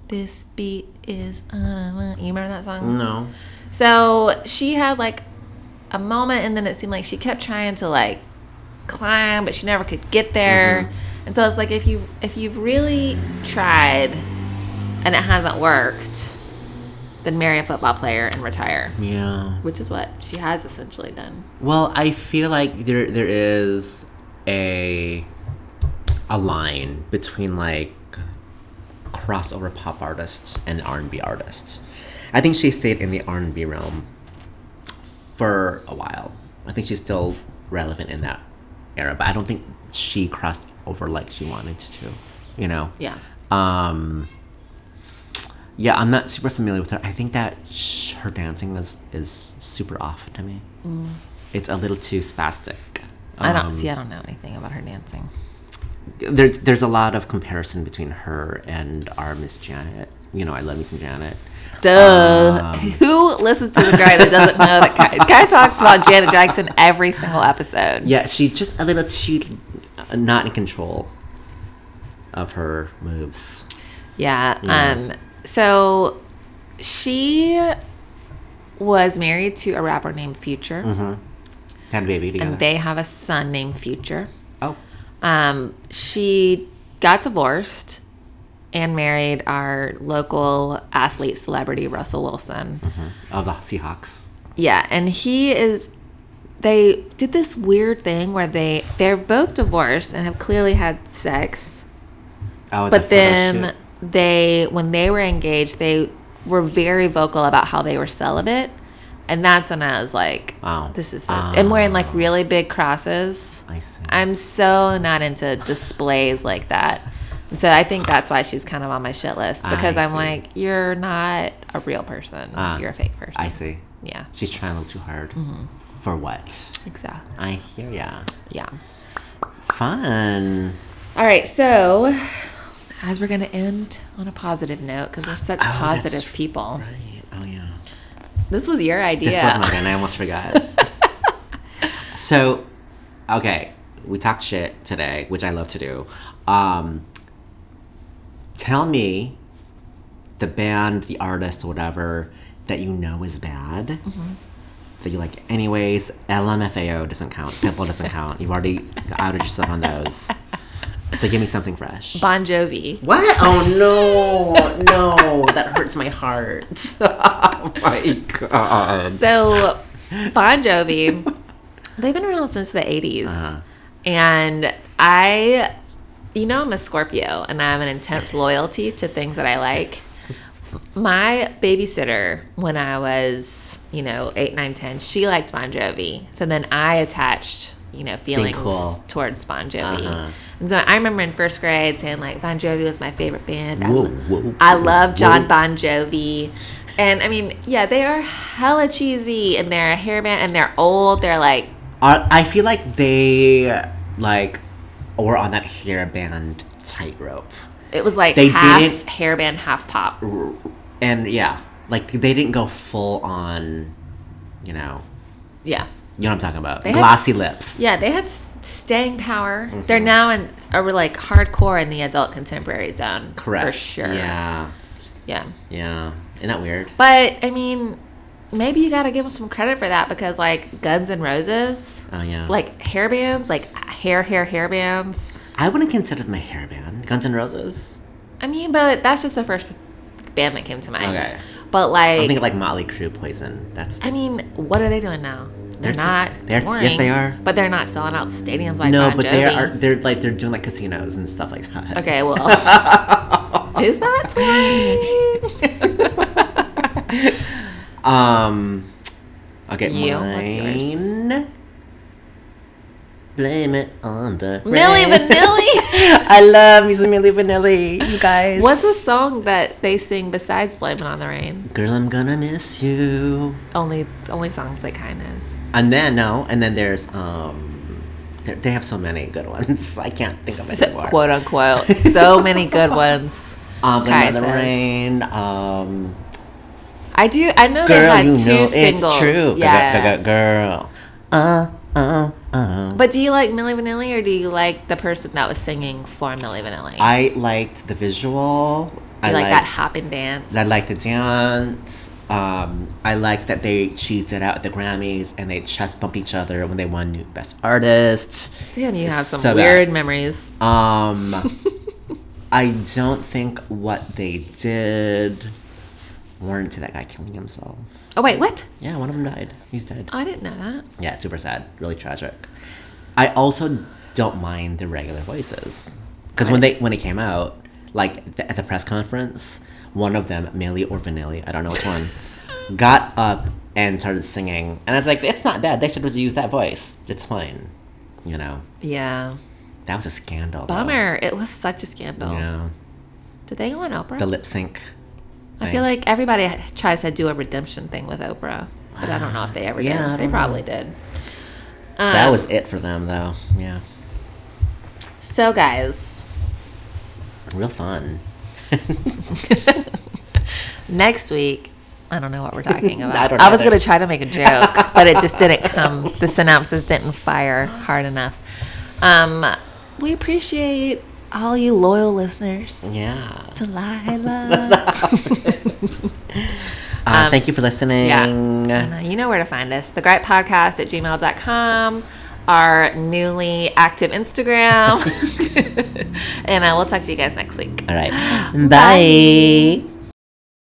Speaker 1: This beat is on a- you remember that song?
Speaker 2: No.
Speaker 1: So she had like a moment, and then it seemed like she kept trying to like climb, but she never could get there. And so it's like if you if you've really tried and it hasn't worked, then marry a football player and retire,
Speaker 2: Yeah.
Speaker 1: which is what she has essentially done.
Speaker 2: Well, I feel like there there is a a line between like crossover pop artists and R and B artists. I think she stayed in the R and B realm for a while. I think she's still relevant in that era, but I don't think she crossed over like she wanted to. You know.
Speaker 1: Yeah.
Speaker 2: Um, yeah, I'm not super familiar with her. I think that sh- her dancing is is super off to me. It's a little too spastic.
Speaker 1: Mm. I don't
Speaker 2: Um,
Speaker 1: see. I don't know anything about her dancing.
Speaker 2: There's there's a lot of comparison between her and our Miss Janet. You know, I love me some Janet.
Speaker 1: Duh.
Speaker 2: um,
Speaker 1: Who listens to the guy that doesn't know that guy? guy talks about Janet Jackson every single episode.
Speaker 2: Yeah, she's just a little too uh, not in control of her moves.
Speaker 1: Yeah. Um. So she was married to a rapper named Future,
Speaker 2: Mm-hmm. Had a baby together.
Speaker 1: and they have a son named Future.
Speaker 2: oh,
Speaker 1: Um. She got divorced and married our local athlete celebrity Russell Wilson.
Speaker 2: of oh, the Seahawks.
Speaker 1: Yeah, and he is. They did this weird thing where they they're both divorced and have clearly had sex.
Speaker 2: Oh, at the
Speaker 1: But
Speaker 2: photo
Speaker 1: then
Speaker 2: shoot.
Speaker 1: they, when they were engaged, they were very vocal about how they were celibate, and that's when I was like,
Speaker 2: Wow. Um, Ah.
Speaker 1: "This is so." st- and wearing like really big crosses.
Speaker 2: I see.
Speaker 1: I'm so not into displays like that. And So I think that's why she's kind of on my shit list because
Speaker 2: I
Speaker 1: I'm
Speaker 2: see.
Speaker 1: like, you're not a real person.
Speaker 2: Ah,
Speaker 1: you're a fake person.
Speaker 2: I see.
Speaker 1: Yeah,
Speaker 2: She's trying a little too hard.
Speaker 1: Mm-hmm.
Speaker 2: For what?
Speaker 1: exactly.
Speaker 2: I hear ya.
Speaker 1: Yeah.
Speaker 2: Fun.
Speaker 1: All right, so as we're going to end on a positive note because we're such
Speaker 2: Oh, that's
Speaker 1: positive people.
Speaker 2: Right. Oh yeah.
Speaker 1: This was your idea.
Speaker 2: This was mine. I almost forgot. so, okay, we talked shit today, which I love to do. Um, tell me the band, the artist, whatever that you know is bad. That you like, anyways. LMFAO doesn't count. Pitbull doesn't count. You've already outed yourself on those. So give me something fresh.
Speaker 1: bon Jovi.
Speaker 2: What? Oh no, no, that hurts my heart. oh my god.
Speaker 1: So, Bon Jovi, they've been around since the 80s.
Speaker 2: Uh-huh.
Speaker 1: And I, you know, I'm a Scorpio and I have an intense loyalty to things that I like. My babysitter, when I was, you know, 8, 9, 10, she liked Bon Jovi. So then I attached, you know, feelings
Speaker 2: cool.
Speaker 1: towards Bon Jovi.
Speaker 2: Uh-huh.
Speaker 1: And so I remember in first grade saying, like, Bon Jovi was my favorite band. I
Speaker 2: Whoa,
Speaker 1: lo-
Speaker 2: whoa,
Speaker 1: I love John
Speaker 2: whoa.
Speaker 1: Bon Jovi. And I mean, yeah, they are hella cheesy and they're a hair band and they're old. They're like,
Speaker 2: Are- I feel like they like were on that hair band tightrope,
Speaker 1: it was like
Speaker 2: They
Speaker 1: half
Speaker 2: didn't-
Speaker 1: hair band, half pop.
Speaker 2: and yeah, like they didn't go full on, you know,
Speaker 1: Yeah.
Speaker 2: you know what I'm talking about,
Speaker 1: They had-
Speaker 2: glossy lips.
Speaker 1: Yeah, they had s- staying power. They're
Speaker 2: Mm-hmm.
Speaker 1: now in, are like hardcore in the adult contemporary zone.
Speaker 2: Correct.
Speaker 1: For sure.
Speaker 2: Yeah.
Speaker 1: Yeah.
Speaker 2: Yeah. Isn't that weird?
Speaker 1: But I mean, maybe you got to give them some credit for that because like Guns N' Roses,
Speaker 2: Oh yeah.
Speaker 1: like hair bands, like hair, hair, hair bands.
Speaker 2: I wouldn't consider them a hair band. Guns N' Roses.
Speaker 1: I mean, but that's just the first band that came to mind.
Speaker 2: Okay.
Speaker 1: But like,
Speaker 2: I'm thinking like Motley Crue, Poison. That's
Speaker 1: I mean, what are they doing now? They're,
Speaker 2: They're just-
Speaker 1: not
Speaker 2: they're-
Speaker 1: touring.
Speaker 2: yes, they are.
Speaker 1: But they're not selling out stadiums like
Speaker 2: no,
Speaker 1: Bon
Speaker 2: but they
Speaker 1: Jovi.
Speaker 2: are they're like they're doing like casinos and stuff like that.
Speaker 1: Okay, well, is that touring?
Speaker 2: Um, I'll get
Speaker 1: You? What's yours?
Speaker 2: mine. Blame it on the
Speaker 1: Millie
Speaker 2: rain.
Speaker 1: Vanilli.
Speaker 2: I love me some Millie Vanilli, you guys.
Speaker 1: What's a song that they sing besides "Blame It on the Rain"?
Speaker 2: Girl, I'm gonna miss you.
Speaker 1: Only, only songs that kind of.
Speaker 2: And then no, and then there's um, there, they have so many good ones. I can't think of it
Speaker 1: So,
Speaker 2: anymore.
Speaker 1: quote unquote. So many good ones.
Speaker 2: Um, Blame It on the
Speaker 1: Kaisers.
Speaker 2: rain. Um,
Speaker 1: I do. I know they
Speaker 2: girl,
Speaker 1: had
Speaker 2: you
Speaker 1: two
Speaker 2: know
Speaker 1: singles.
Speaker 2: it's true.
Speaker 1: Yeah.
Speaker 2: Girl, girl, uh, uh, uh.
Speaker 1: But do you like Millie Vanilli or do you like the person that was singing for Millie Vanilli?
Speaker 2: I liked the visual. I
Speaker 1: you like that
Speaker 2: liked
Speaker 1: hop and dance.
Speaker 2: I like the dance. Um, I like that they cheated out at the Grammys and they chest bump each other when they won new best artist.
Speaker 1: Damn, you have some
Speaker 2: So bad.
Speaker 1: weird memories.
Speaker 2: Um, I don't think what they did warranted that guy killing himself.
Speaker 1: Oh wait, what?
Speaker 2: Yeah, one of them died. He's dead.
Speaker 1: Oh, I didn't know that.
Speaker 2: Yeah, it's super sad. Really tragic. I also don't mind the regular voices because when they when it came out, like th- at the press conference, one of them, Millie or Vanilli, I don't know which one, got up and started singing, and I was like, "It's not bad. They should just use that voice. It's fine." You know,
Speaker 1: Yeah.
Speaker 2: that was a scandal. though.
Speaker 1: Bummer. It was such a scandal.
Speaker 2: You know,
Speaker 1: Did they go on Oprah?
Speaker 2: the lip sync.
Speaker 1: I
Speaker 2: thing.
Speaker 1: feel like everybody had- tries to do a redemption thing with Oprah, but I don't know if they ever
Speaker 2: Yeah, I
Speaker 1: did. They
Speaker 2: don't
Speaker 1: probably did. Um,
Speaker 2: that was it for them, though. Yeah,
Speaker 1: so, guys.
Speaker 2: real fun.
Speaker 1: Next week, I don't know what we're talking about. I,
Speaker 2: don't
Speaker 1: was
Speaker 2: either.
Speaker 1: going to try to make a joke, but it just didn't come. The synopsis didn't fire hard enough. Um, we appreciate all you loyal listeners.
Speaker 2: Yeah.
Speaker 1: Delilah.
Speaker 2: Uh, thank you for listening.
Speaker 1: Um, yeah. And, uh, you know where to find us. The Gripe Podcast at gmail.com, our newly active uh, Instagram. and I will talk to you guys next week.
Speaker 2: All right. Bye.